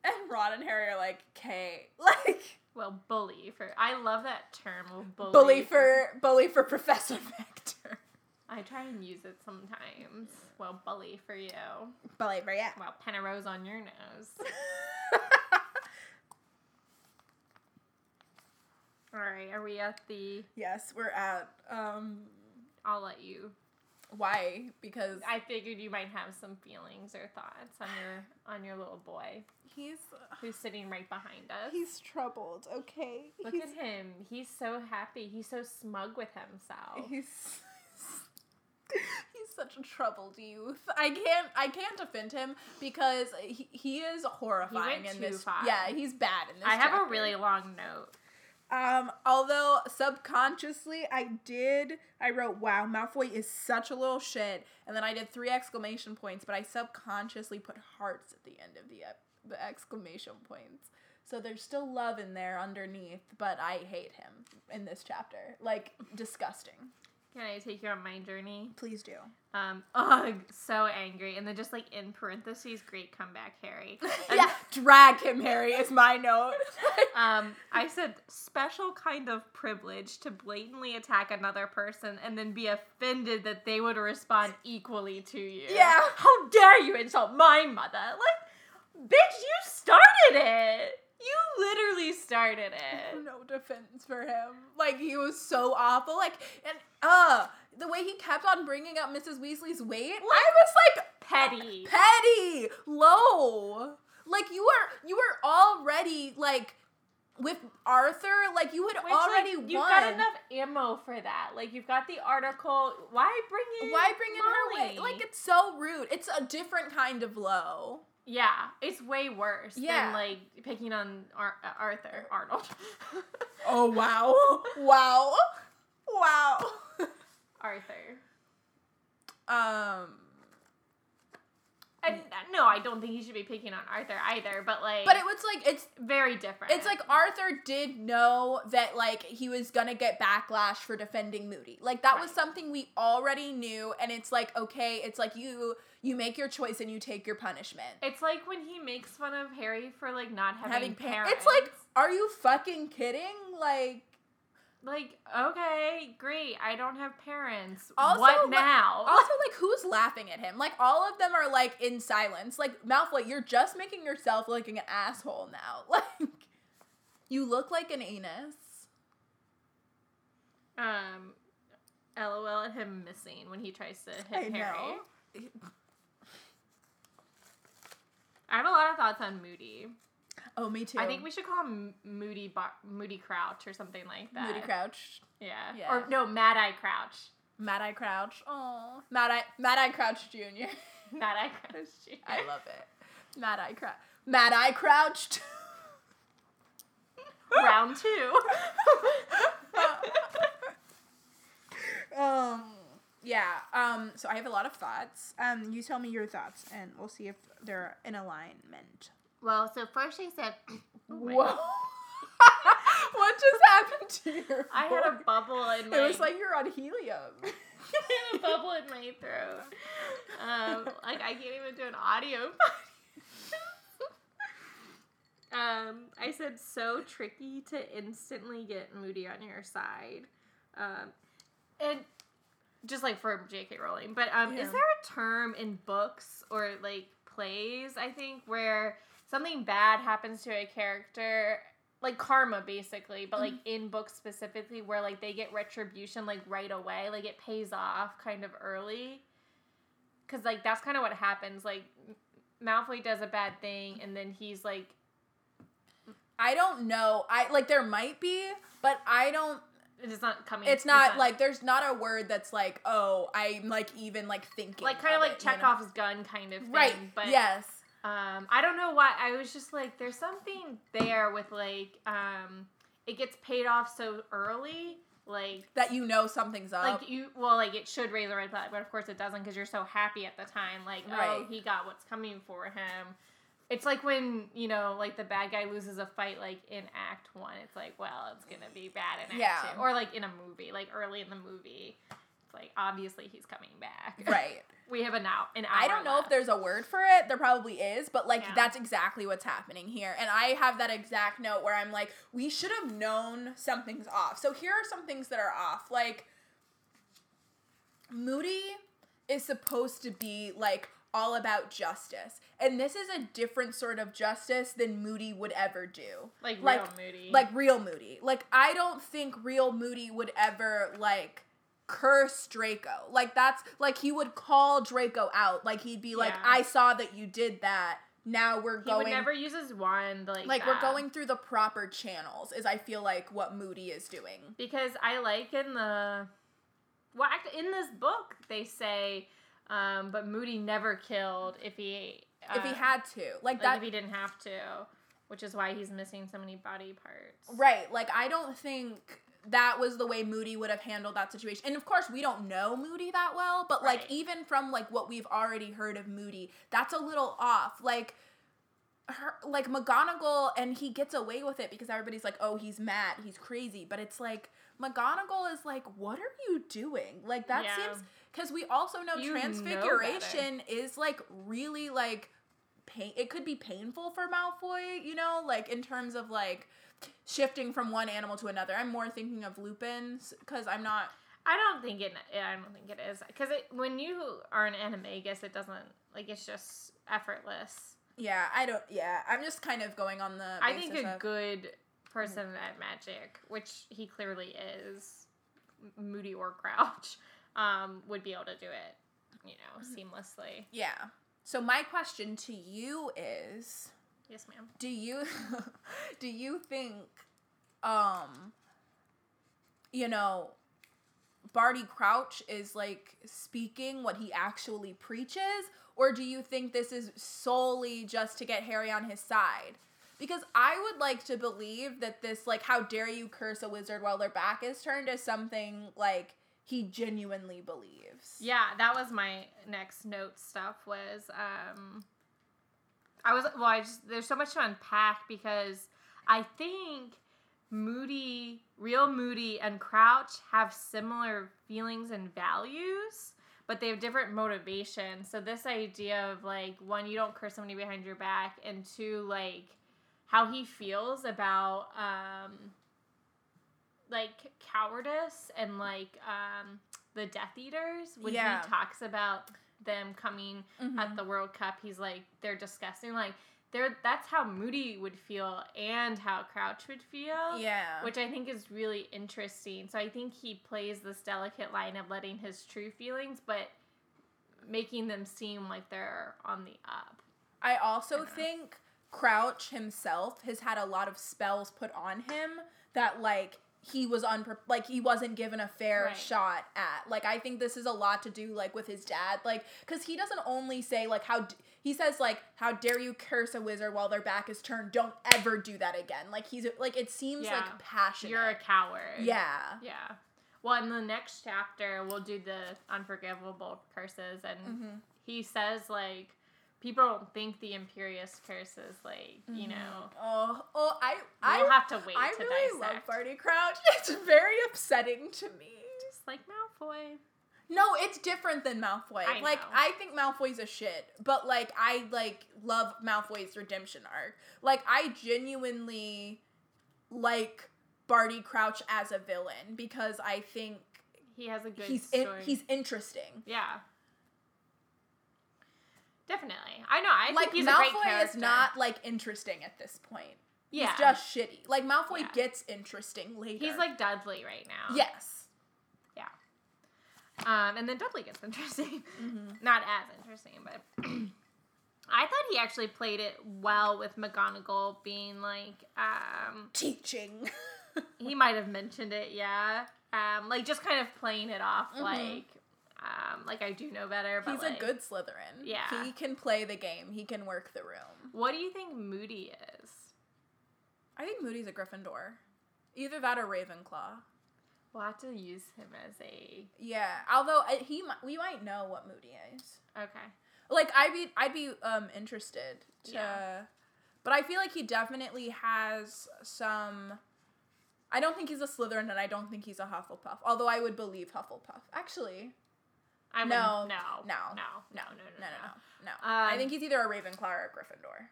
Speaker 2: And Ron and Harry are like, "Okay, like
Speaker 4: well, bully for. I love that term. Well, bully.
Speaker 2: bully for bully for Professor Vector."
Speaker 4: I try and use it sometimes. Well, bully for you.
Speaker 2: Bully for yeah.
Speaker 4: Well, penrose on your nose. All right, are we at the?
Speaker 2: yes, we're at um
Speaker 4: I'll let you.
Speaker 2: why because
Speaker 4: I figured you might have some feelings or thoughts on your on your little boy
Speaker 2: he's
Speaker 4: who's sitting right behind us.
Speaker 2: he's troubled. Okay,
Speaker 4: Look
Speaker 2: he's,
Speaker 4: at him. He's so happy. He's so smug with himself.
Speaker 2: He's he's such a troubled youth. I can't I can't offend him because he, he is horrifying in
Speaker 4: too
Speaker 2: this.
Speaker 4: far.
Speaker 2: Yeah, he's bad in this.
Speaker 4: I have a
Speaker 2: chapter.
Speaker 4: really long note.
Speaker 2: um. Although subconsciously I did I wrote wow Malfoy is such a little shit and then I did three exclamation points but I subconsciously put hearts at the end of the ep- the exclamation points. So there's still love in there underneath, but I hate him in this chapter. Like disgusting.
Speaker 4: Can I take you on my journey?
Speaker 2: Please do.
Speaker 4: Um, ugh, so angry. And then just like in parentheses, great comeback, Harry. And,
Speaker 2: yeah, drag him, Harry, is my note.
Speaker 4: Um, I said special kind of privilege to blatantly attack another person and then be offended that they would respond equally to you.
Speaker 2: Yeah.
Speaker 4: How dare you insult my mother? Like, bitch, you started it. You literally started it.
Speaker 2: no defense for him. Like, he was so awful. Like, and, uh, the way he kept on bringing up Mrs. Weasley's weight, I was like,
Speaker 4: Petty.
Speaker 2: petty, low. Like, you were, you were already, like, with Arthur, like, you had
Speaker 4: Which, like,
Speaker 2: already won.
Speaker 4: You've got enough ammo for that. Like you've got the article. Why bring in?
Speaker 2: Why bring in her
Speaker 4: Molly?
Speaker 2: weight? Like, it's so rude. It's a different kind of low.
Speaker 4: yeah, it's way worse
Speaker 2: Yeah.
Speaker 4: than like picking on Ar- uh, Arthur Arnold.
Speaker 2: Oh, wow. wow. Wow.
Speaker 4: Arthur.
Speaker 2: Um,
Speaker 4: And uh, no, I don't think he should be picking on Arthur either. But like,
Speaker 2: Mm. But it was like it's
Speaker 4: very different.
Speaker 2: It's like Arthur did know that like he was gonna get backlash for defending Moody. Like that was
Speaker 4: Right.
Speaker 2: something we already knew, and it's like okay, it's like you you make your choice and you take your punishment.
Speaker 4: It's like when he makes fun of Harry for like not having,
Speaker 2: pa-
Speaker 4: parents.
Speaker 2: it's like are you fucking kidding? Like
Speaker 4: like okay, great. I don't have parents.
Speaker 2: Also,
Speaker 4: what
Speaker 2: like-
Speaker 4: now?
Speaker 2: also like who's laughing at him? Like all of them are like in silence. Like Malfoy, you're just making yourself look like an asshole now. Like you look like an anus.
Speaker 4: um, lol at him missing when he tries to hit
Speaker 2: I know.
Speaker 4: Harry. I have a lot of thoughts on Moody.
Speaker 2: Oh, me too.
Speaker 4: I think we should call him Moody Bar- Moody Crouch or something like that.
Speaker 2: Moody Crouch.
Speaker 4: Yeah.
Speaker 2: Yeah.
Speaker 4: Or no, Mad Eye Crouch.
Speaker 2: Mad Eye Crouch. Oh, Mad Eye Mad Eye Crouch Jr.
Speaker 4: Mad Eye Crouch. Jr.
Speaker 2: I love it. Mad Eye Crouch. Mad Eye Crouched.
Speaker 4: Round two.
Speaker 2: um. Yeah. Um. So I have a lot of thoughts. Um. You tell me your thoughts, and we'll see if they're in alignment.
Speaker 4: well, so first she said,
Speaker 2: Whoa. what just happened to you?
Speaker 4: I had a bubble in my.
Speaker 2: It was like you're on helium.
Speaker 4: a bubble in my throat. Um, like I can't even do an audio. podcast. um, I said so tricky to instantly get Moody on your side, um, and just like for J.K. Rowling. But um,
Speaker 2: Yeah.
Speaker 4: is there a term in books or like plays? I think where something bad happens to a character like karma basically but
Speaker 2: Mm-hmm.
Speaker 4: like in books specifically where like they get retribution like right away like it pays off kind of early because like that's kind of what happens like M- malfoy does a bad thing and then he's like
Speaker 2: I don't know. I like there might be, but I don't
Speaker 4: it's not coming
Speaker 2: it's not like there's not a word that's like oh i'm like even like thinking
Speaker 4: like kind of like
Speaker 2: it, you know?
Speaker 4: chekhov's gun kind of thing
Speaker 2: right
Speaker 4: but
Speaker 2: yes
Speaker 4: um i don't know why i was just like there's something there with like um it gets paid off so early like
Speaker 2: that you know something's up
Speaker 4: like you well like it should raise a red flag but of course it doesn't because you're so happy at the time like oh
Speaker 2: Right.
Speaker 4: he got what's coming for him it's like when you know like the bad guy loses a fight like in act one it's like well it's gonna be bad in act
Speaker 2: Yeah.
Speaker 4: two or like in a movie like early in the movie it's like obviously he's coming back
Speaker 2: right
Speaker 4: we have an hour an hour
Speaker 2: i don't know if
Speaker 4: left.
Speaker 2: there's a word for it there probably is but like
Speaker 4: Yeah.
Speaker 2: that's exactly what's happening here and i have that exact note where i'm like we should have known something's off so here are some things that are off like moody is supposed to be like all about justice and this is a different sort of justice than moody would ever do
Speaker 4: like,
Speaker 2: like-
Speaker 4: real moody
Speaker 2: like real moody like i don't think real moody would ever like curse draco like that's like he would call draco out like he'd be like
Speaker 4: Yeah.
Speaker 2: i saw that you did that now we're
Speaker 4: he
Speaker 2: going
Speaker 4: would never use his wand like
Speaker 2: like we're
Speaker 4: that.
Speaker 2: going through the proper channels is i feel like what moody is doing
Speaker 4: because I like in the well act in this book they say, um, but Moody never killed if he uh,
Speaker 2: if he had to like,
Speaker 4: like
Speaker 2: that
Speaker 4: if he didn't have to, which is why he's missing so many body parts.
Speaker 2: Right. Like I don't think that was the way Moody would have handled that situation. And of course, we don't know Moody that well, but like
Speaker 4: Right.
Speaker 2: even from like what we've already heard of Moody, that's a little off. Like her, like McGonagall and he gets away with it because everybody's like, "Oh, he's mad, he's crazy." But it's like McGonagall is like, "What are you doing?" Like that
Speaker 4: Yeah.
Speaker 2: seems cuz we also know
Speaker 4: You know better.
Speaker 2: transfiguration is like really like pain it could be painful for Malfoy, you know, like in terms of like shifting from one animal to another. I'm more thinking of Lupin's because I'm not.
Speaker 4: I don't think it. I don't think it is because it, when you are an animagus, it doesn't like it's just effortless.
Speaker 2: Yeah, I don't. Yeah, I'm just kind of going on the.
Speaker 4: I think
Speaker 2: basis
Speaker 4: a
Speaker 2: of-
Speaker 4: good person at magic, which he clearly is, M- Moody or Crouch, um, would be able to do it, you know,
Speaker 2: Mm-hmm.
Speaker 4: seamlessly.
Speaker 2: Yeah. So my question to you is,
Speaker 4: Yes, ma'am.
Speaker 2: do you do you think, um, you know, Barty Crouch is like speaking what he actually preaches, or do you think this is solely just to get Harry on his side? Because I would like to believe that this, like, how dare you curse a wizard while their back is turned, is something like he genuinely believes.
Speaker 4: Yeah, that was my next note stuff was um I was well. I just there's so much to unpack because I think Moody, real Moody, and Crouch have similar feelings and values, but they have different motivations. So this idea of like one, you don't curse somebody behind your back, and two, like how he feels about um, like cowardice and like um, the Death Eaters when
Speaker 2: Yeah.
Speaker 4: he talks about them coming
Speaker 2: Mhm.
Speaker 4: at the World Cup. He's like, they're disgusting. Like, they're that's how Moody would feel and how Crouch would feel.
Speaker 2: Yeah.
Speaker 4: Which I think is really interesting. So I think he plays this delicate line of letting his true feelings, but making them seem like they're on the up.
Speaker 2: I also think Crouch himself has had a lot of spells put on him that like he was unpre- like he wasn't given a fair
Speaker 4: Right.
Speaker 2: shot at. Like I think this is a lot to do like with his dad, like because he doesn't only say like how d- he says like how dare you curse a wizard while their back is turned. Don't ever do that again. Like he's like it seems
Speaker 4: Yeah.
Speaker 2: like passionate.
Speaker 4: You're a coward.
Speaker 2: yeah.
Speaker 4: Yeah. Well, in the next chapter, we'll do the unforgivable curses, and
Speaker 2: Mm-hmm.
Speaker 4: he says like, people don't think the imperious curse is like, you know,
Speaker 2: Oh, oh, I,
Speaker 4: we'll
Speaker 2: I,
Speaker 4: have to wait
Speaker 2: I
Speaker 4: to
Speaker 2: really love
Speaker 4: dissect.
Speaker 2: Barty Crouch. It's very upsetting to me.
Speaker 4: Just like Malfoy.
Speaker 2: No, it's different than Malfoy.
Speaker 4: I
Speaker 2: like
Speaker 4: know.
Speaker 2: I think Malfoy's a shit, but like I like love Malfoy's redemption arc. Like I genuinely like Barty Crouch as a villain because I think
Speaker 4: He has a good
Speaker 2: he's in,
Speaker 4: story.
Speaker 2: he's interesting.
Speaker 4: yeah. Definitely. I know. I
Speaker 2: like
Speaker 4: think he's a great
Speaker 2: Malfoy
Speaker 4: character.
Speaker 2: is not like interesting at this point.
Speaker 4: Yeah.
Speaker 2: He's just shitty. Like Malfoy
Speaker 4: Yeah.
Speaker 2: gets interesting later.
Speaker 4: He's like Dudley right now.
Speaker 2: yes.
Speaker 4: Yeah. Um, and then Dudley gets interesting.
Speaker 2: Mm-hmm.
Speaker 4: Not as interesting, but I thought he actually played it well with McGonagall being like, um,
Speaker 2: Teaching.
Speaker 4: he might have mentioned it, yeah. Um, like just kind of playing it off like, um, like I do know better. But
Speaker 2: Mm-hmm. he's
Speaker 4: like,
Speaker 2: a good Slytherin.
Speaker 4: Yeah.
Speaker 2: He can play the game. He can work the room.
Speaker 4: What do you think Moody is?
Speaker 2: I think Moody's a Gryffindor. Either that or Ravenclaw.
Speaker 4: We'll have to use him as a
Speaker 2: Yeah, although uh, he mi- we might know what Moody is.
Speaker 4: okay.
Speaker 2: Like I'd be I'd be um interested to
Speaker 4: Yeah.
Speaker 2: but I feel like he definitely has some I don't think he's a Slytherin and I don't think he's a Hufflepuff. Although I would believe Hufflepuff. Actually,
Speaker 4: I wouldn't-
Speaker 2: no.
Speaker 4: no,
Speaker 2: No.
Speaker 4: no, no, no, no,
Speaker 2: No, no, no. No. I
Speaker 4: Um,
Speaker 2: think he's either a Ravenclaw or a Gryffindor.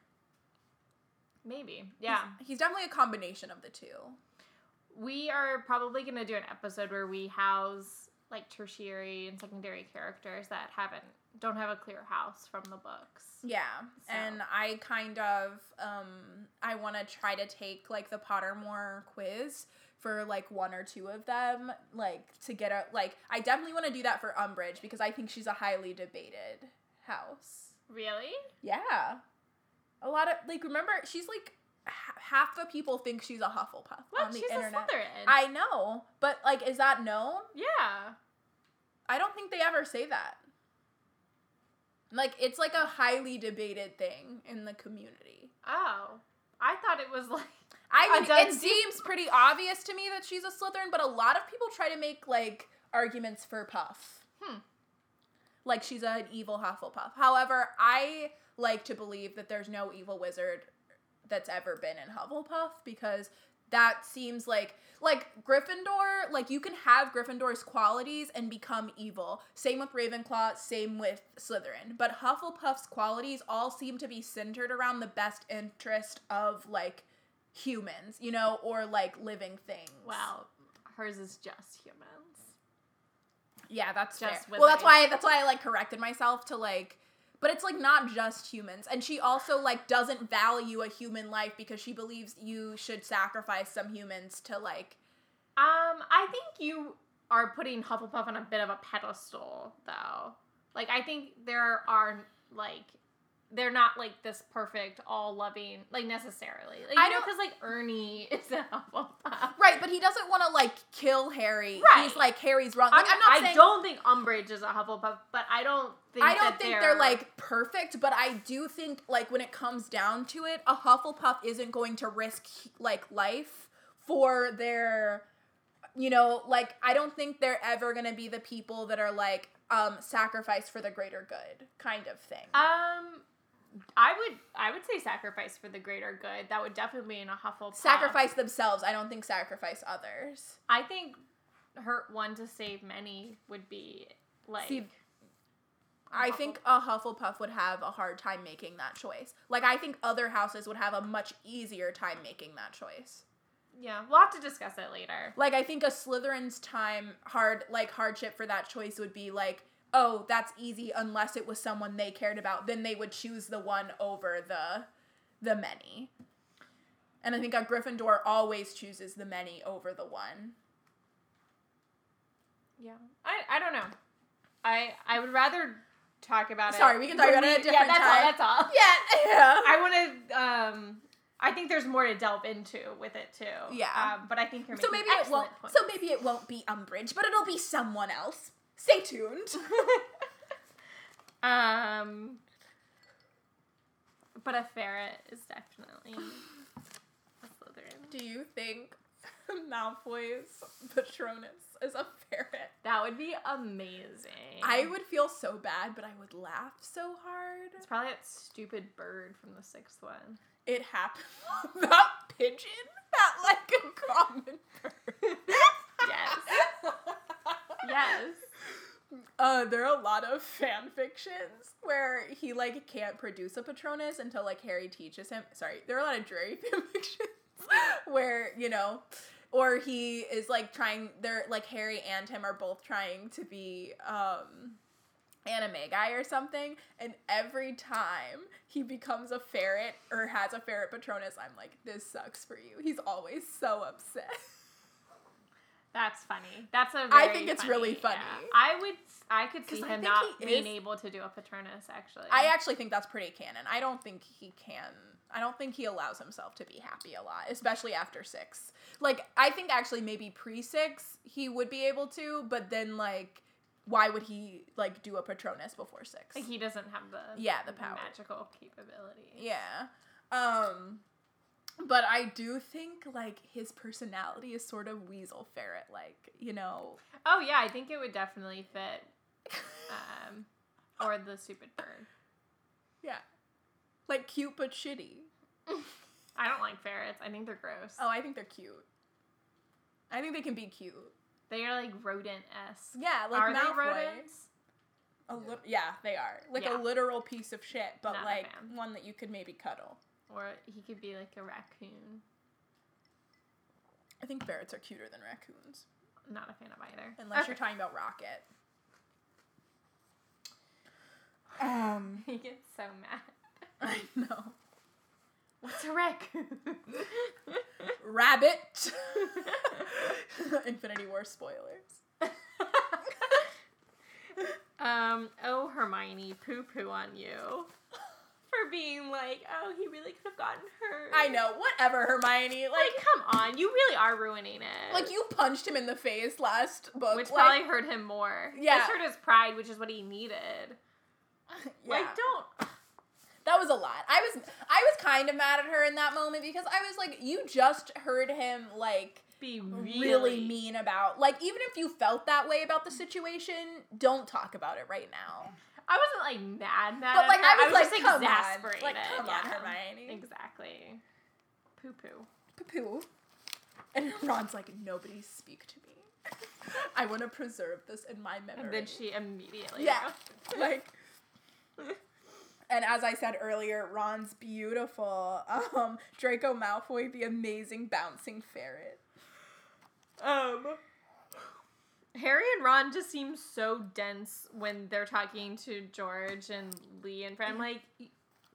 Speaker 4: Maybe, yeah.
Speaker 2: He's definitely a combination of the two.
Speaker 4: we are probably going to do an episode where we house like tertiary and secondary characters that haven't don't have a clear house from the books.
Speaker 2: Yeah,
Speaker 4: So-
Speaker 2: and I kind of um I want to try to take like the Pottermore quiz for like one or two of them, like to get a like I definitely want to do that for Umbridge because I think she's a highly debated house.
Speaker 4: Really?
Speaker 2: Yeah, a lot of like remember she's like h- half the people think she's a Hufflepuff
Speaker 4: What?
Speaker 2: on the
Speaker 4: She's
Speaker 2: internet.
Speaker 4: a Slytherin.
Speaker 2: I know, but like, is that known?
Speaker 4: yeah.
Speaker 2: I don't think they ever say that. Like it's like a highly debated thing in the community.
Speaker 4: Oh, I thought it was like
Speaker 2: I
Speaker 4: A
Speaker 2: mean,
Speaker 4: done
Speaker 2: it
Speaker 4: deal.
Speaker 2: seems pretty obvious to me that she's a Slytherin, but a lot of people try to make like arguments for Puff.
Speaker 4: Hmm.
Speaker 2: Like she's an evil Hufflepuff. However, I like to believe that there's no evil wizard that's ever been in Hufflepuff because that seems like like Gryffindor, like you can have Gryffindor's qualities and become evil. Same with Ravenclaw, same with Slytherin. But Hufflepuff's qualities all seem to be centered around the best interest of like humans, you know, or like living things.
Speaker 4: well, hers is just humans.
Speaker 2: Yeah, that's
Speaker 4: Just
Speaker 2: fair. Well, that's
Speaker 4: wizards.
Speaker 2: why that's why I like corrected myself to like but it's like not just humans. And she also like doesn't value a human life because she believes you should sacrifice some humans to like
Speaker 4: Um, I think you are putting Hufflepuff on a bit of a pedestal, though. Like, I think there are like they're not like this perfect, all loving, like necessarily. Like,
Speaker 2: I
Speaker 4: I know
Speaker 2: don't-
Speaker 4: because like Ernie is a Hufflepuff.
Speaker 2: Right, but he doesn't want to like kill Harry.
Speaker 4: Right.
Speaker 2: He's like Harry's wrong.
Speaker 4: I'm,
Speaker 2: Like, I'm, not
Speaker 4: I
Speaker 2: saying
Speaker 4: don't think Umbridge is a Hufflepuff, but I don't think
Speaker 2: I don't
Speaker 4: that
Speaker 2: think they're... like perfect, but I do think like when it comes down to it, a Hufflepuff isn't going to risk like life for their you know, like I don't think they're ever going to be the people that are like um sacrificed for the greater good kind of thing.
Speaker 4: um I would I would say sacrifice for the greater good. That would definitely be in a Hufflepuff.
Speaker 2: Sacrifice themselves. I don't think sacrifice others.
Speaker 4: I think hurt one to save many would be like
Speaker 2: See, I think a Hufflepuff would have a hard time making that choice. Like I think other houses would have a much easier time making that choice.
Speaker 4: yeah. We'll have to discuss it later.
Speaker 2: Like I think a Slytherin's time hard like hardship for that choice would be like, oh, that's easy unless it was someone they cared about, then they would choose the one over the the many. And I think a Gryffindor always chooses the many over the one.
Speaker 4: Yeah, I, I don't know. I I would rather talk about it.
Speaker 2: Sorry, we can talk
Speaker 4: when
Speaker 2: about it at a
Speaker 4: Yeah,
Speaker 2: different
Speaker 4: that's
Speaker 2: time.
Speaker 4: all. That's all.
Speaker 2: Yeah, yeah.
Speaker 4: I want to. Um, I think there's more to delve into with it too.
Speaker 2: Yeah.
Speaker 4: um, but I think you're
Speaker 2: So
Speaker 4: making
Speaker 2: maybe it
Speaker 4: excellent
Speaker 2: won't.
Speaker 4: points.
Speaker 2: So maybe it won't be Umbridge, but it'll be someone else. Stay tuned.
Speaker 4: um, but a ferret is definitely a Slytherin.
Speaker 2: Do you think Malfoy's Patronus is a ferret?
Speaker 4: That would be amazing.
Speaker 2: I would feel so bad, but I would laugh so hard.
Speaker 4: It's probably that stupid bird from the sixth one.
Speaker 2: It happened. that pigeon, that like a common bird.
Speaker 4: Yes. Yes.
Speaker 2: Uh, there are a lot of fan fictions where he like can't produce a Patronus until like Harry teaches him. Sorry, there are a lot of dreary fan fictions where you know, or he is like trying. They're like Harry and him are both trying to be um, anime guy or something, and every time he becomes a ferret or has a ferret Patronus, I'm like, this sucks for you. He's always so upset.
Speaker 4: That's funny. That's a.
Speaker 2: I
Speaker 4: very
Speaker 2: think it's really
Speaker 4: yeah.
Speaker 2: funny.
Speaker 4: I would. I could
Speaker 2: 'Cause
Speaker 4: see
Speaker 2: I
Speaker 4: him
Speaker 2: think
Speaker 4: not
Speaker 2: he
Speaker 4: being
Speaker 2: is-
Speaker 4: able to do a Patronus. Actually,
Speaker 2: I actually think that's pretty canon. I don't think he can. I don't think he allows himself to be happy a lot, especially after six. Like, I think actually maybe pre six he would be able to, but then like, why would he like do a Patronus before six?
Speaker 4: Like, he doesn't have the
Speaker 2: Yeah, the power.
Speaker 4: magical capability.
Speaker 2: yeah. Um, but I do think like his personality is sort of weasel ferret like, you know.
Speaker 4: Oh yeah, I think it would definitely fit. Um, or the stupid bird.
Speaker 2: Yeah. Like cute but shitty.
Speaker 4: I don't like ferrets. I think they're gross.
Speaker 2: Oh, I think they're cute. I think they can be cute.
Speaker 4: They are like rodent esque.
Speaker 2: Yeah, like
Speaker 4: are
Speaker 2: Malfoy.
Speaker 4: they rodents?
Speaker 2: A li- yeah, they are like
Speaker 4: Yeah.
Speaker 2: a literal piece of shit, but
Speaker 4: Not a
Speaker 2: like
Speaker 4: fan.
Speaker 2: one that you could maybe cuddle.
Speaker 4: Or he could be like a raccoon.
Speaker 2: I think ferrets are cuter than raccoons,
Speaker 4: Not a fan of either.
Speaker 2: unless
Speaker 4: Okay.
Speaker 2: you're talking about Rocket. Um,
Speaker 4: He gets so mad.
Speaker 2: I know
Speaker 4: What's a raccoon?
Speaker 2: Rabbit. Infinity War spoilers.
Speaker 4: um, oh Hermione, poo poo on you for being like, oh, he really could have gotten hurt.
Speaker 2: I know, whatever, Hermione.
Speaker 4: Like,
Speaker 2: Like,
Speaker 4: come on, you really are ruining it.
Speaker 2: like you punched him in the face last book,
Speaker 4: which
Speaker 2: like,
Speaker 4: probably hurt him more.
Speaker 2: Yeah.
Speaker 4: this hurt his pride, which is what he needed.
Speaker 2: yeah.
Speaker 4: Like, don't.
Speaker 2: That was a lot. I was I was kind of mad at her in that moment because I was like, you just heard him like
Speaker 4: Be
Speaker 2: really,
Speaker 4: really,
Speaker 2: mean about like even if you felt that way about the situation, don't talk about it right now.
Speaker 4: I wasn't like mad, mad.
Speaker 2: But,
Speaker 4: at
Speaker 2: like,
Speaker 4: her.
Speaker 2: I was like,
Speaker 4: just
Speaker 2: come on.
Speaker 4: exasperated.
Speaker 2: Like, come on,
Speaker 4: Yeah.
Speaker 2: Hermione.
Speaker 4: Exactly. Poo poo.
Speaker 2: Poo. And Ron's like, nobody speak to me. I want to preserve this in my memory.
Speaker 4: And then she immediately.
Speaker 2: Yeah. like and as I said earlier, Ron's beautiful. Um, Draco Malfoy, the amazing bouncing ferret.
Speaker 4: Um. Harry and Ron just seem so dense when they're talking to George and Lee and Fran. Like,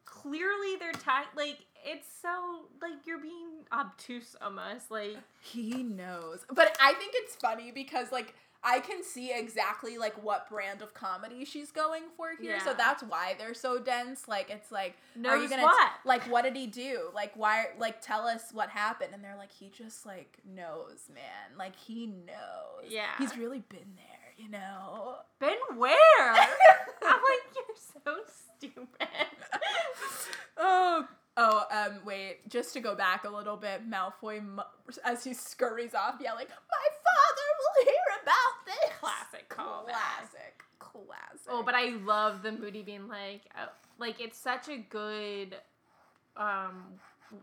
Speaker 4: clearly they're tight. Like, it's so like you're being obtuse almost. Like,
Speaker 2: He knows. But I think it's funny because like I can see exactly like what brand of comedy she's going for here. So
Speaker 4: Yeah.
Speaker 2: that's why they're so dense. Like it's like are you
Speaker 4: Knows
Speaker 2: gonna
Speaker 4: what?
Speaker 2: like what did he do? Like why like tell us what happened and they're like he just like knows, man. Like he knows.
Speaker 4: Yeah.
Speaker 2: He's really been there, you know.
Speaker 4: Ben where? I'm like, you're so stupid.
Speaker 2: oh, oh, um, wait. Just to go back a little bit, Malfoy, mu- as he scurries off, yelling, "My father will hear about this."
Speaker 4: Classic callback.
Speaker 2: Classic. Classic.
Speaker 4: Oh, but I love the Moody being like, oh, like it's such a good um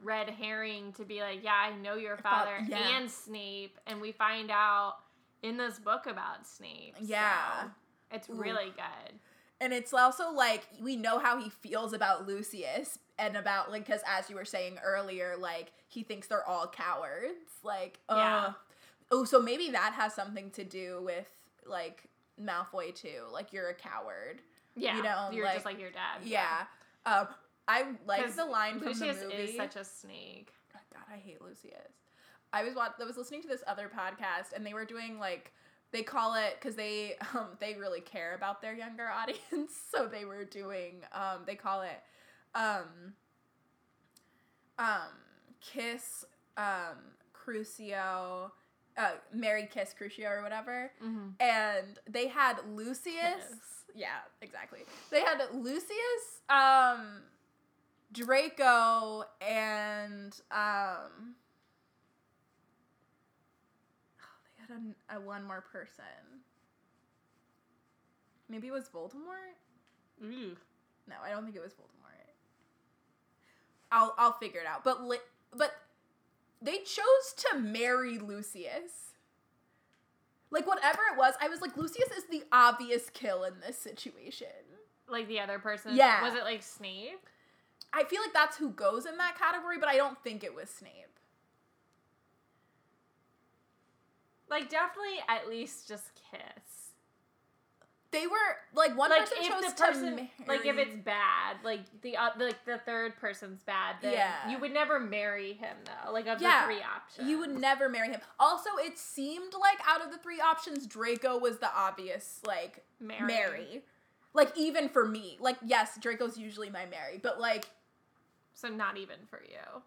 Speaker 4: red herring to be like, yeah, I know your
Speaker 2: Fa-
Speaker 4: father
Speaker 2: yeah.
Speaker 4: and Snape, and we find out in this book about Snape. so
Speaker 2: Yeah.
Speaker 4: it's
Speaker 2: Ooh.
Speaker 4: really good.
Speaker 2: And it's also like we know how he feels about Lucius and about like because as you were saying earlier, like he thinks they're all cowards. Like,
Speaker 4: Yeah.
Speaker 2: ugh. oh, so maybe that has something to do with like Malfoy too. Like you're a coward.
Speaker 4: Yeah, you
Speaker 2: know,
Speaker 4: are
Speaker 2: like-
Speaker 4: just like your dad.
Speaker 2: Yeah. Um, I like
Speaker 4: 'Cause
Speaker 2: the line from
Speaker 4: Lucius
Speaker 2: the movie.
Speaker 4: is such a snake.
Speaker 2: Oh God, I hate Lucius. I was watch- I was listening to this other podcast and they were doing like they call it because they um they really care about their younger audience, so they were doing um they call it um um kiss um crucio uh Mary Kiss Crucio or whatever
Speaker 4: Mm-hmm.
Speaker 2: and they had Lucius.
Speaker 4: Yes.
Speaker 2: Yeah, exactly. They had Lucius, um, Draco, and um, oh, they had a, a one more person. Maybe it was Voldemort.
Speaker 4: Ooh.
Speaker 2: No, I don't think it was Voldemort. I'll I'll figure it out. But li- but they chose to marry Lucius. Like whatever it was, I was like Lucius is the obvious kill in this situation.
Speaker 4: Like the other person.
Speaker 2: Yeah.
Speaker 4: Was it like Snape?
Speaker 2: I feel like that's who goes in that category, but I don't think it was Snape.
Speaker 4: Like definitely at least just kiss.
Speaker 2: They were like one
Speaker 4: like
Speaker 2: person chose
Speaker 4: if the
Speaker 2: to
Speaker 4: person
Speaker 2: marry.
Speaker 4: like if it's bad like the uh, like the third person's bad then
Speaker 2: Yeah.
Speaker 4: you would never marry him though like of
Speaker 2: Yeah.
Speaker 4: the three options
Speaker 2: you would never marry him. Also, it seemed like out of the three options, Draco was the obvious like
Speaker 4: marry,
Speaker 2: Mary. Like even for me, like yes, Draco's usually my Mary, but like,
Speaker 4: so not even for you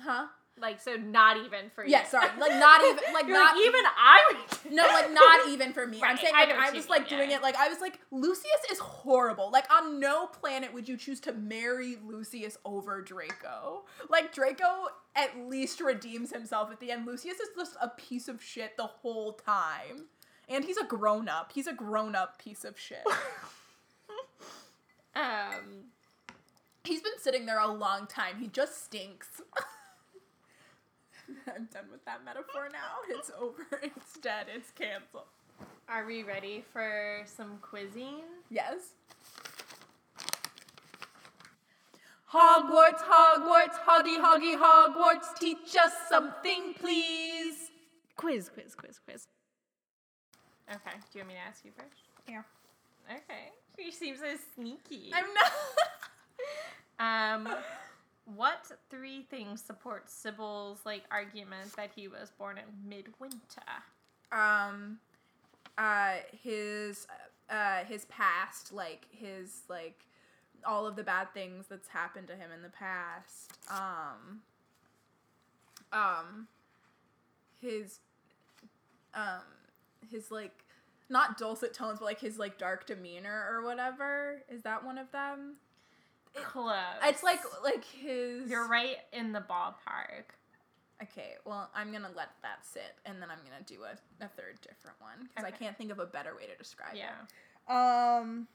Speaker 2: huh?
Speaker 4: like so not even for
Speaker 2: Yeah,
Speaker 4: you
Speaker 2: sorry, like not even, like
Speaker 4: You're
Speaker 2: not
Speaker 4: even I would
Speaker 2: No, like not even for me. I'm
Speaker 4: Right,
Speaker 2: saying
Speaker 4: I
Speaker 2: like,
Speaker 4: know what
Speaker 2: I
Speaker 4: you
Speaker 2: was
Speaker 4: mean,
Speaker 2: like doing
Speaker 4: yeah.
Speaker 2: it like I was like Lucius is horrible. Like on no planet would you choose to marry Lucius over Draco. Like Draco at least redeems himself at the end. Lucius is just a piece of shit the whole time. And he's a grown up. He's a grown up piece of shit. e-,
Speaker 4: um
Speaker 2: he's been sitting there a long time. He just stinks. I'm done with that metaphor now. It's over. It's dead. It's canceled.
Speaker 4: are we ready for some quizzing
Speaker 2: Yes.
Speaker 1: Hogwarts, Hogwarts, Hoggy, Hoggy, Hogwarts, teach us something, please.
Speaker 4: quiz quiz quiz quiz okay do you want me to ask you first
Speaker 2: Yeah.
Speaker 4: okay she seems so sneaky
Speaker 2: I'm not.
Speaker 4: Um, what three things support Sybil's like argument that he was born in midwinter?
Speaker 2: um uh his uh his past like his like all of the bad things that's happened to him in the past um um his um his like not dulcet tones but like his like dark demeanor or whatever is that one of them
Speaker 4: Close.
Speaker 2: it's like like his
Speaker 4: you're right in the ballpark.
Speaker 2: Okay, well, I'm gonna let that sit, and then I'm gonna do a, a third different one because I
Speaker 4: Okay.
Speaker 2: can't think of a better way to describe
Speaker 4: Yeah.
Speaker 2: it. Um.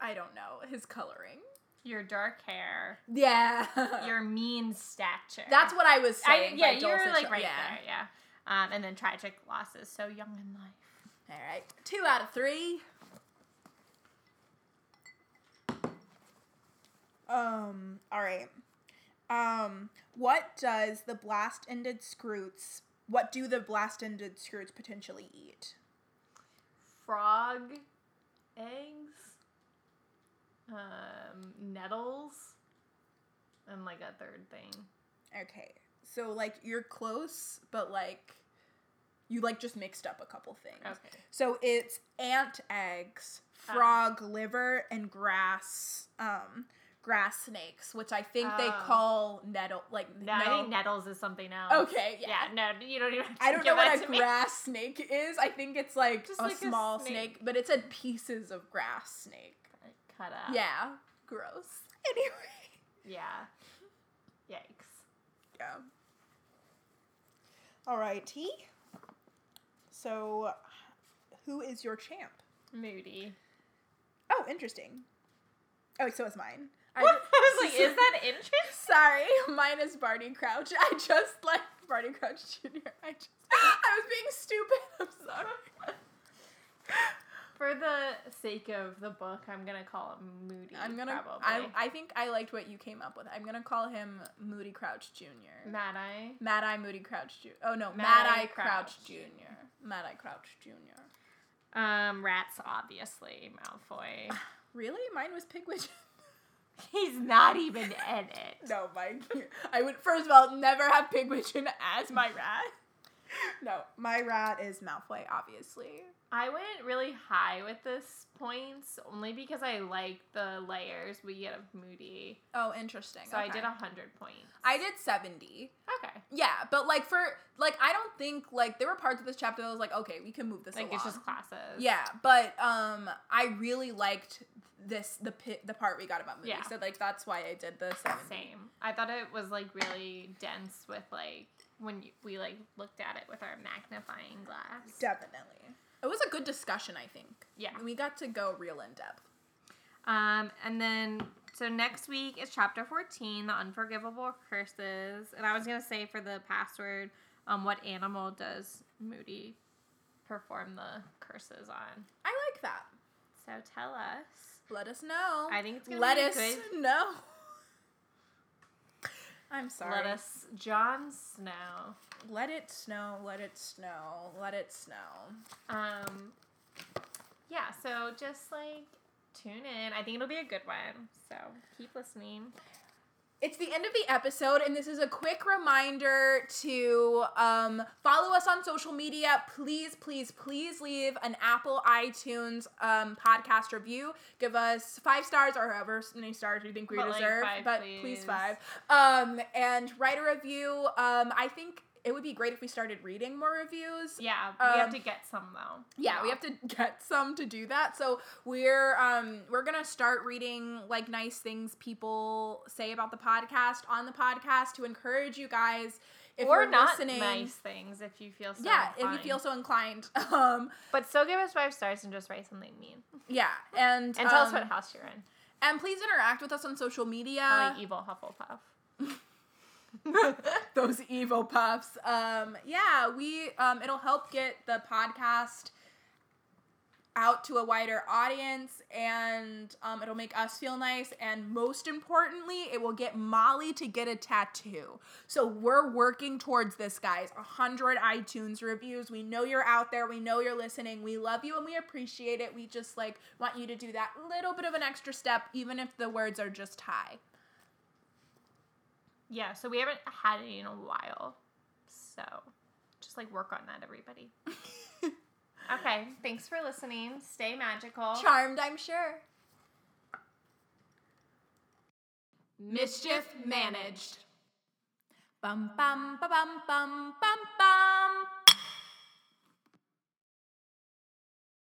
Speaker 2: I don't know his coloring.
Speaker 4: Your dark hair.
Speaker 2: Yeah,
Speaker 4: Your mean stature.
Speaker 2: that's what I was
Speaker 4: I,
Speaker 2: saying.
Speaker 4: yeah,
Speaker 2: by
Speaker 4: you're
Speaker 2: Dulcet
Speaker 4: like
Speaker 2: Tones.
Speaker 4: right
Speaker 2: Yeah.
Speaker 4: there. Yeah. Um, and then tragic losses. So young in life.
Speaker 2: All right. Two out of three. Um, all right. Um, what does the blast-ended scroots, what do the blast-ended scroots potentially eat?
Speaker 4: Frog eggs. Um, nettles. And like a third thing.
Speaker 2: Okay. So like you're close, but like you like just mixed up a couple things.
Speaker 4: Okay.
Speaker 2: So it's ant eggs, frog liver, and grass, um, grass snakes, which I think they
Speaker 4: Oh.
Speaker 2: call nettle. Like
Speaker 4: No, I think nettles is something else.
Speaker 2: Okay, yeah.
Speaker 4: Yeah, no, you don't even have to
Speaker 2: I don't
Speaker 4: give
Speaker 2: know
Speaker 4: that
Speaker 2: what a
Speaker 4: to me.
Speaker 2: grass snake is. I think it's like
Speaker 4: Just
Speaker 2: a
Speaker 4: like a
Speaker 2: small
Speaker 4: snake.
Speaker 2: snake. but it said pieces of grass snake. Oh.
Speaker 4: Cut up.
Speaker 2: Yeah, gross. Anyway,
Speaker 4: Yeah. Yikes.
Speaker 2: Yeah.
Speaker 7: All righty. So, who is your champ?
Speaker 4: Moody.
Speaker 2: Oh, interesting.
Speaker 7: Oh, so is mine.
Speaker 4: I, ju- I was like, is that interest?
Speaker 2: Sorry, mine is Barney Crouch. I just like Barney Crouch Jr. I just I was being stupid. I'm sorry.
Speaker 4: For the sake of the book, I'm gonna call it Moody.
Speaker 2: I'm gonna.
Speaker 4: probably.
Speaker 2: I, I think I liked what you came up with. I'm gonna call him Moody Crouch Jr.
Speaker 4: Mad Eye.
Speaker 2: Mad Eye Moody Crouch Jr. Oh no, Mad,
Speaker 4: Mad-Eye
Speaker 2: Eye Crouch,
Speaker 4: Crouch
Speaker 2: Jr. Mad Eye Crouch Jr.
Speaker 4: Um, rats, obviously. Malfoy.
Speaker 2: Really, mine was Pigwidgeon.
Speaker 4: He's not even in it.
Speaker 2: no, Mike. I would first of all never have Pigwidgeon as my rat. No, my rat is Malfoy, obviously.
Speaker 4: I went really high with this points only because I like the layers we get of Moody.
Speaker 2: Oh, interesting.
Speaker 4: So I
Speaker 2: Okay.
Speaker 4: did a hundred points.
Speaker 2: I did seventy.
Speaker 4: okay.
Speaker 2: Yeah, but like for like I don't think like there were parts of this chapter that I was like, okay, we can move this.
Speaker 4: Like
Speaker 2: along.
Speaker 4: it's just classes.
Speaker 2: Yeah, but um, I really liked this the pi- the part we got about movies.
Speaker 4: Yeah.
Speaker 2: So like that's why I did the seven.
Speaker 4: Same. I thought it was like really dense with like when you, we like looked at it with our magnifying glass.
Speaker 2: Definitely, it was a good discussion. I think.
Speaker 4: Yeah.
Speaker 2: we got to go real in depth.
Speaker 4: Um, and then so next week is chapter fourteen, the unforgivable curses. And I was gonna say for the password, um, what animal does Moody perform the curses on?
Speaker 2: I like that.
Speaker 4: So tell us.
Speaker 2: Let us know.
Speaker 4: I think it's gonna
Speaker 2: Let
Speaker 4: be a
Speaker 2: us
Speaker 4: good-
Speaker 2: know. I'm sorry.
Speaker 4: Let us, John Snow.
Speaker 2: Let it snow. Let it snow. Let it snow.
Speaker 4: Um, yeah. So just like tune in. I think it'll be a good one. So keep listening.
Speaker 2: It's the end of the episode, and this is a quick reminder to um, follow us on social media. Please, please, please leave an Apple iTunes um, podcast review. Give us five stars or however many stars you think we
Speaker 4: But, like,
Speaker 2: deserve,
Speaker 4: five,
Speaker 2: but
Speaker 4: please.
Speaker 2: please five. Um, and write a review. Um, I think it would be great if we started reading more reviews.
Speaker 4: Yeah, we have
Speaker 2: Um,
Speaker 4: to get some though.
Speaker 2: Yeah, we have to get some to do that. So we're um we're gonna start reading like nice things people say about the podcast on the podcast to encourage you guys if
Speaker 4: or
Speaker 2: you're
Speaker 4: not
Speaker 2: listening.
Speaker 4: nice things if you feel so
Speaker 2: yeah, if you
Speaker 4: inclined.
Speaker 2: feel so inclined. Um
Speaker 4: But still give us five stars and just write something mean.
Speaker 2: yeah. And
Speaker 4: And tell us
Speaker 2: um,
Speaker 4: what house you're in.
Speaker 2: and please interact with us on social media.
Speaker 4: Or like evil Hufflepuff.
Speaker 2: those evil puffs. Um, yeah, we um, it'll help get the podcast out to a wider audience, and um, it'll make us feel nice. And most importantly, it will get Molly to get a tattoo. So we're working towards this, guys. A hundred iTunes reviews. We know you're out there. We know you're listening. We love you and we appreciate it. We just like want you to do that little bit of an extra step, even if the words are just high.
Speaker 4: Yeah, so we haven't had any in a while. So just like work on that, everybody. okay, thanks for listening. Stay magical.
Speaker 2: Charmed, I'm sure.
Speaker 1: Mischief managed. Bum bum ba bum bum bum bum.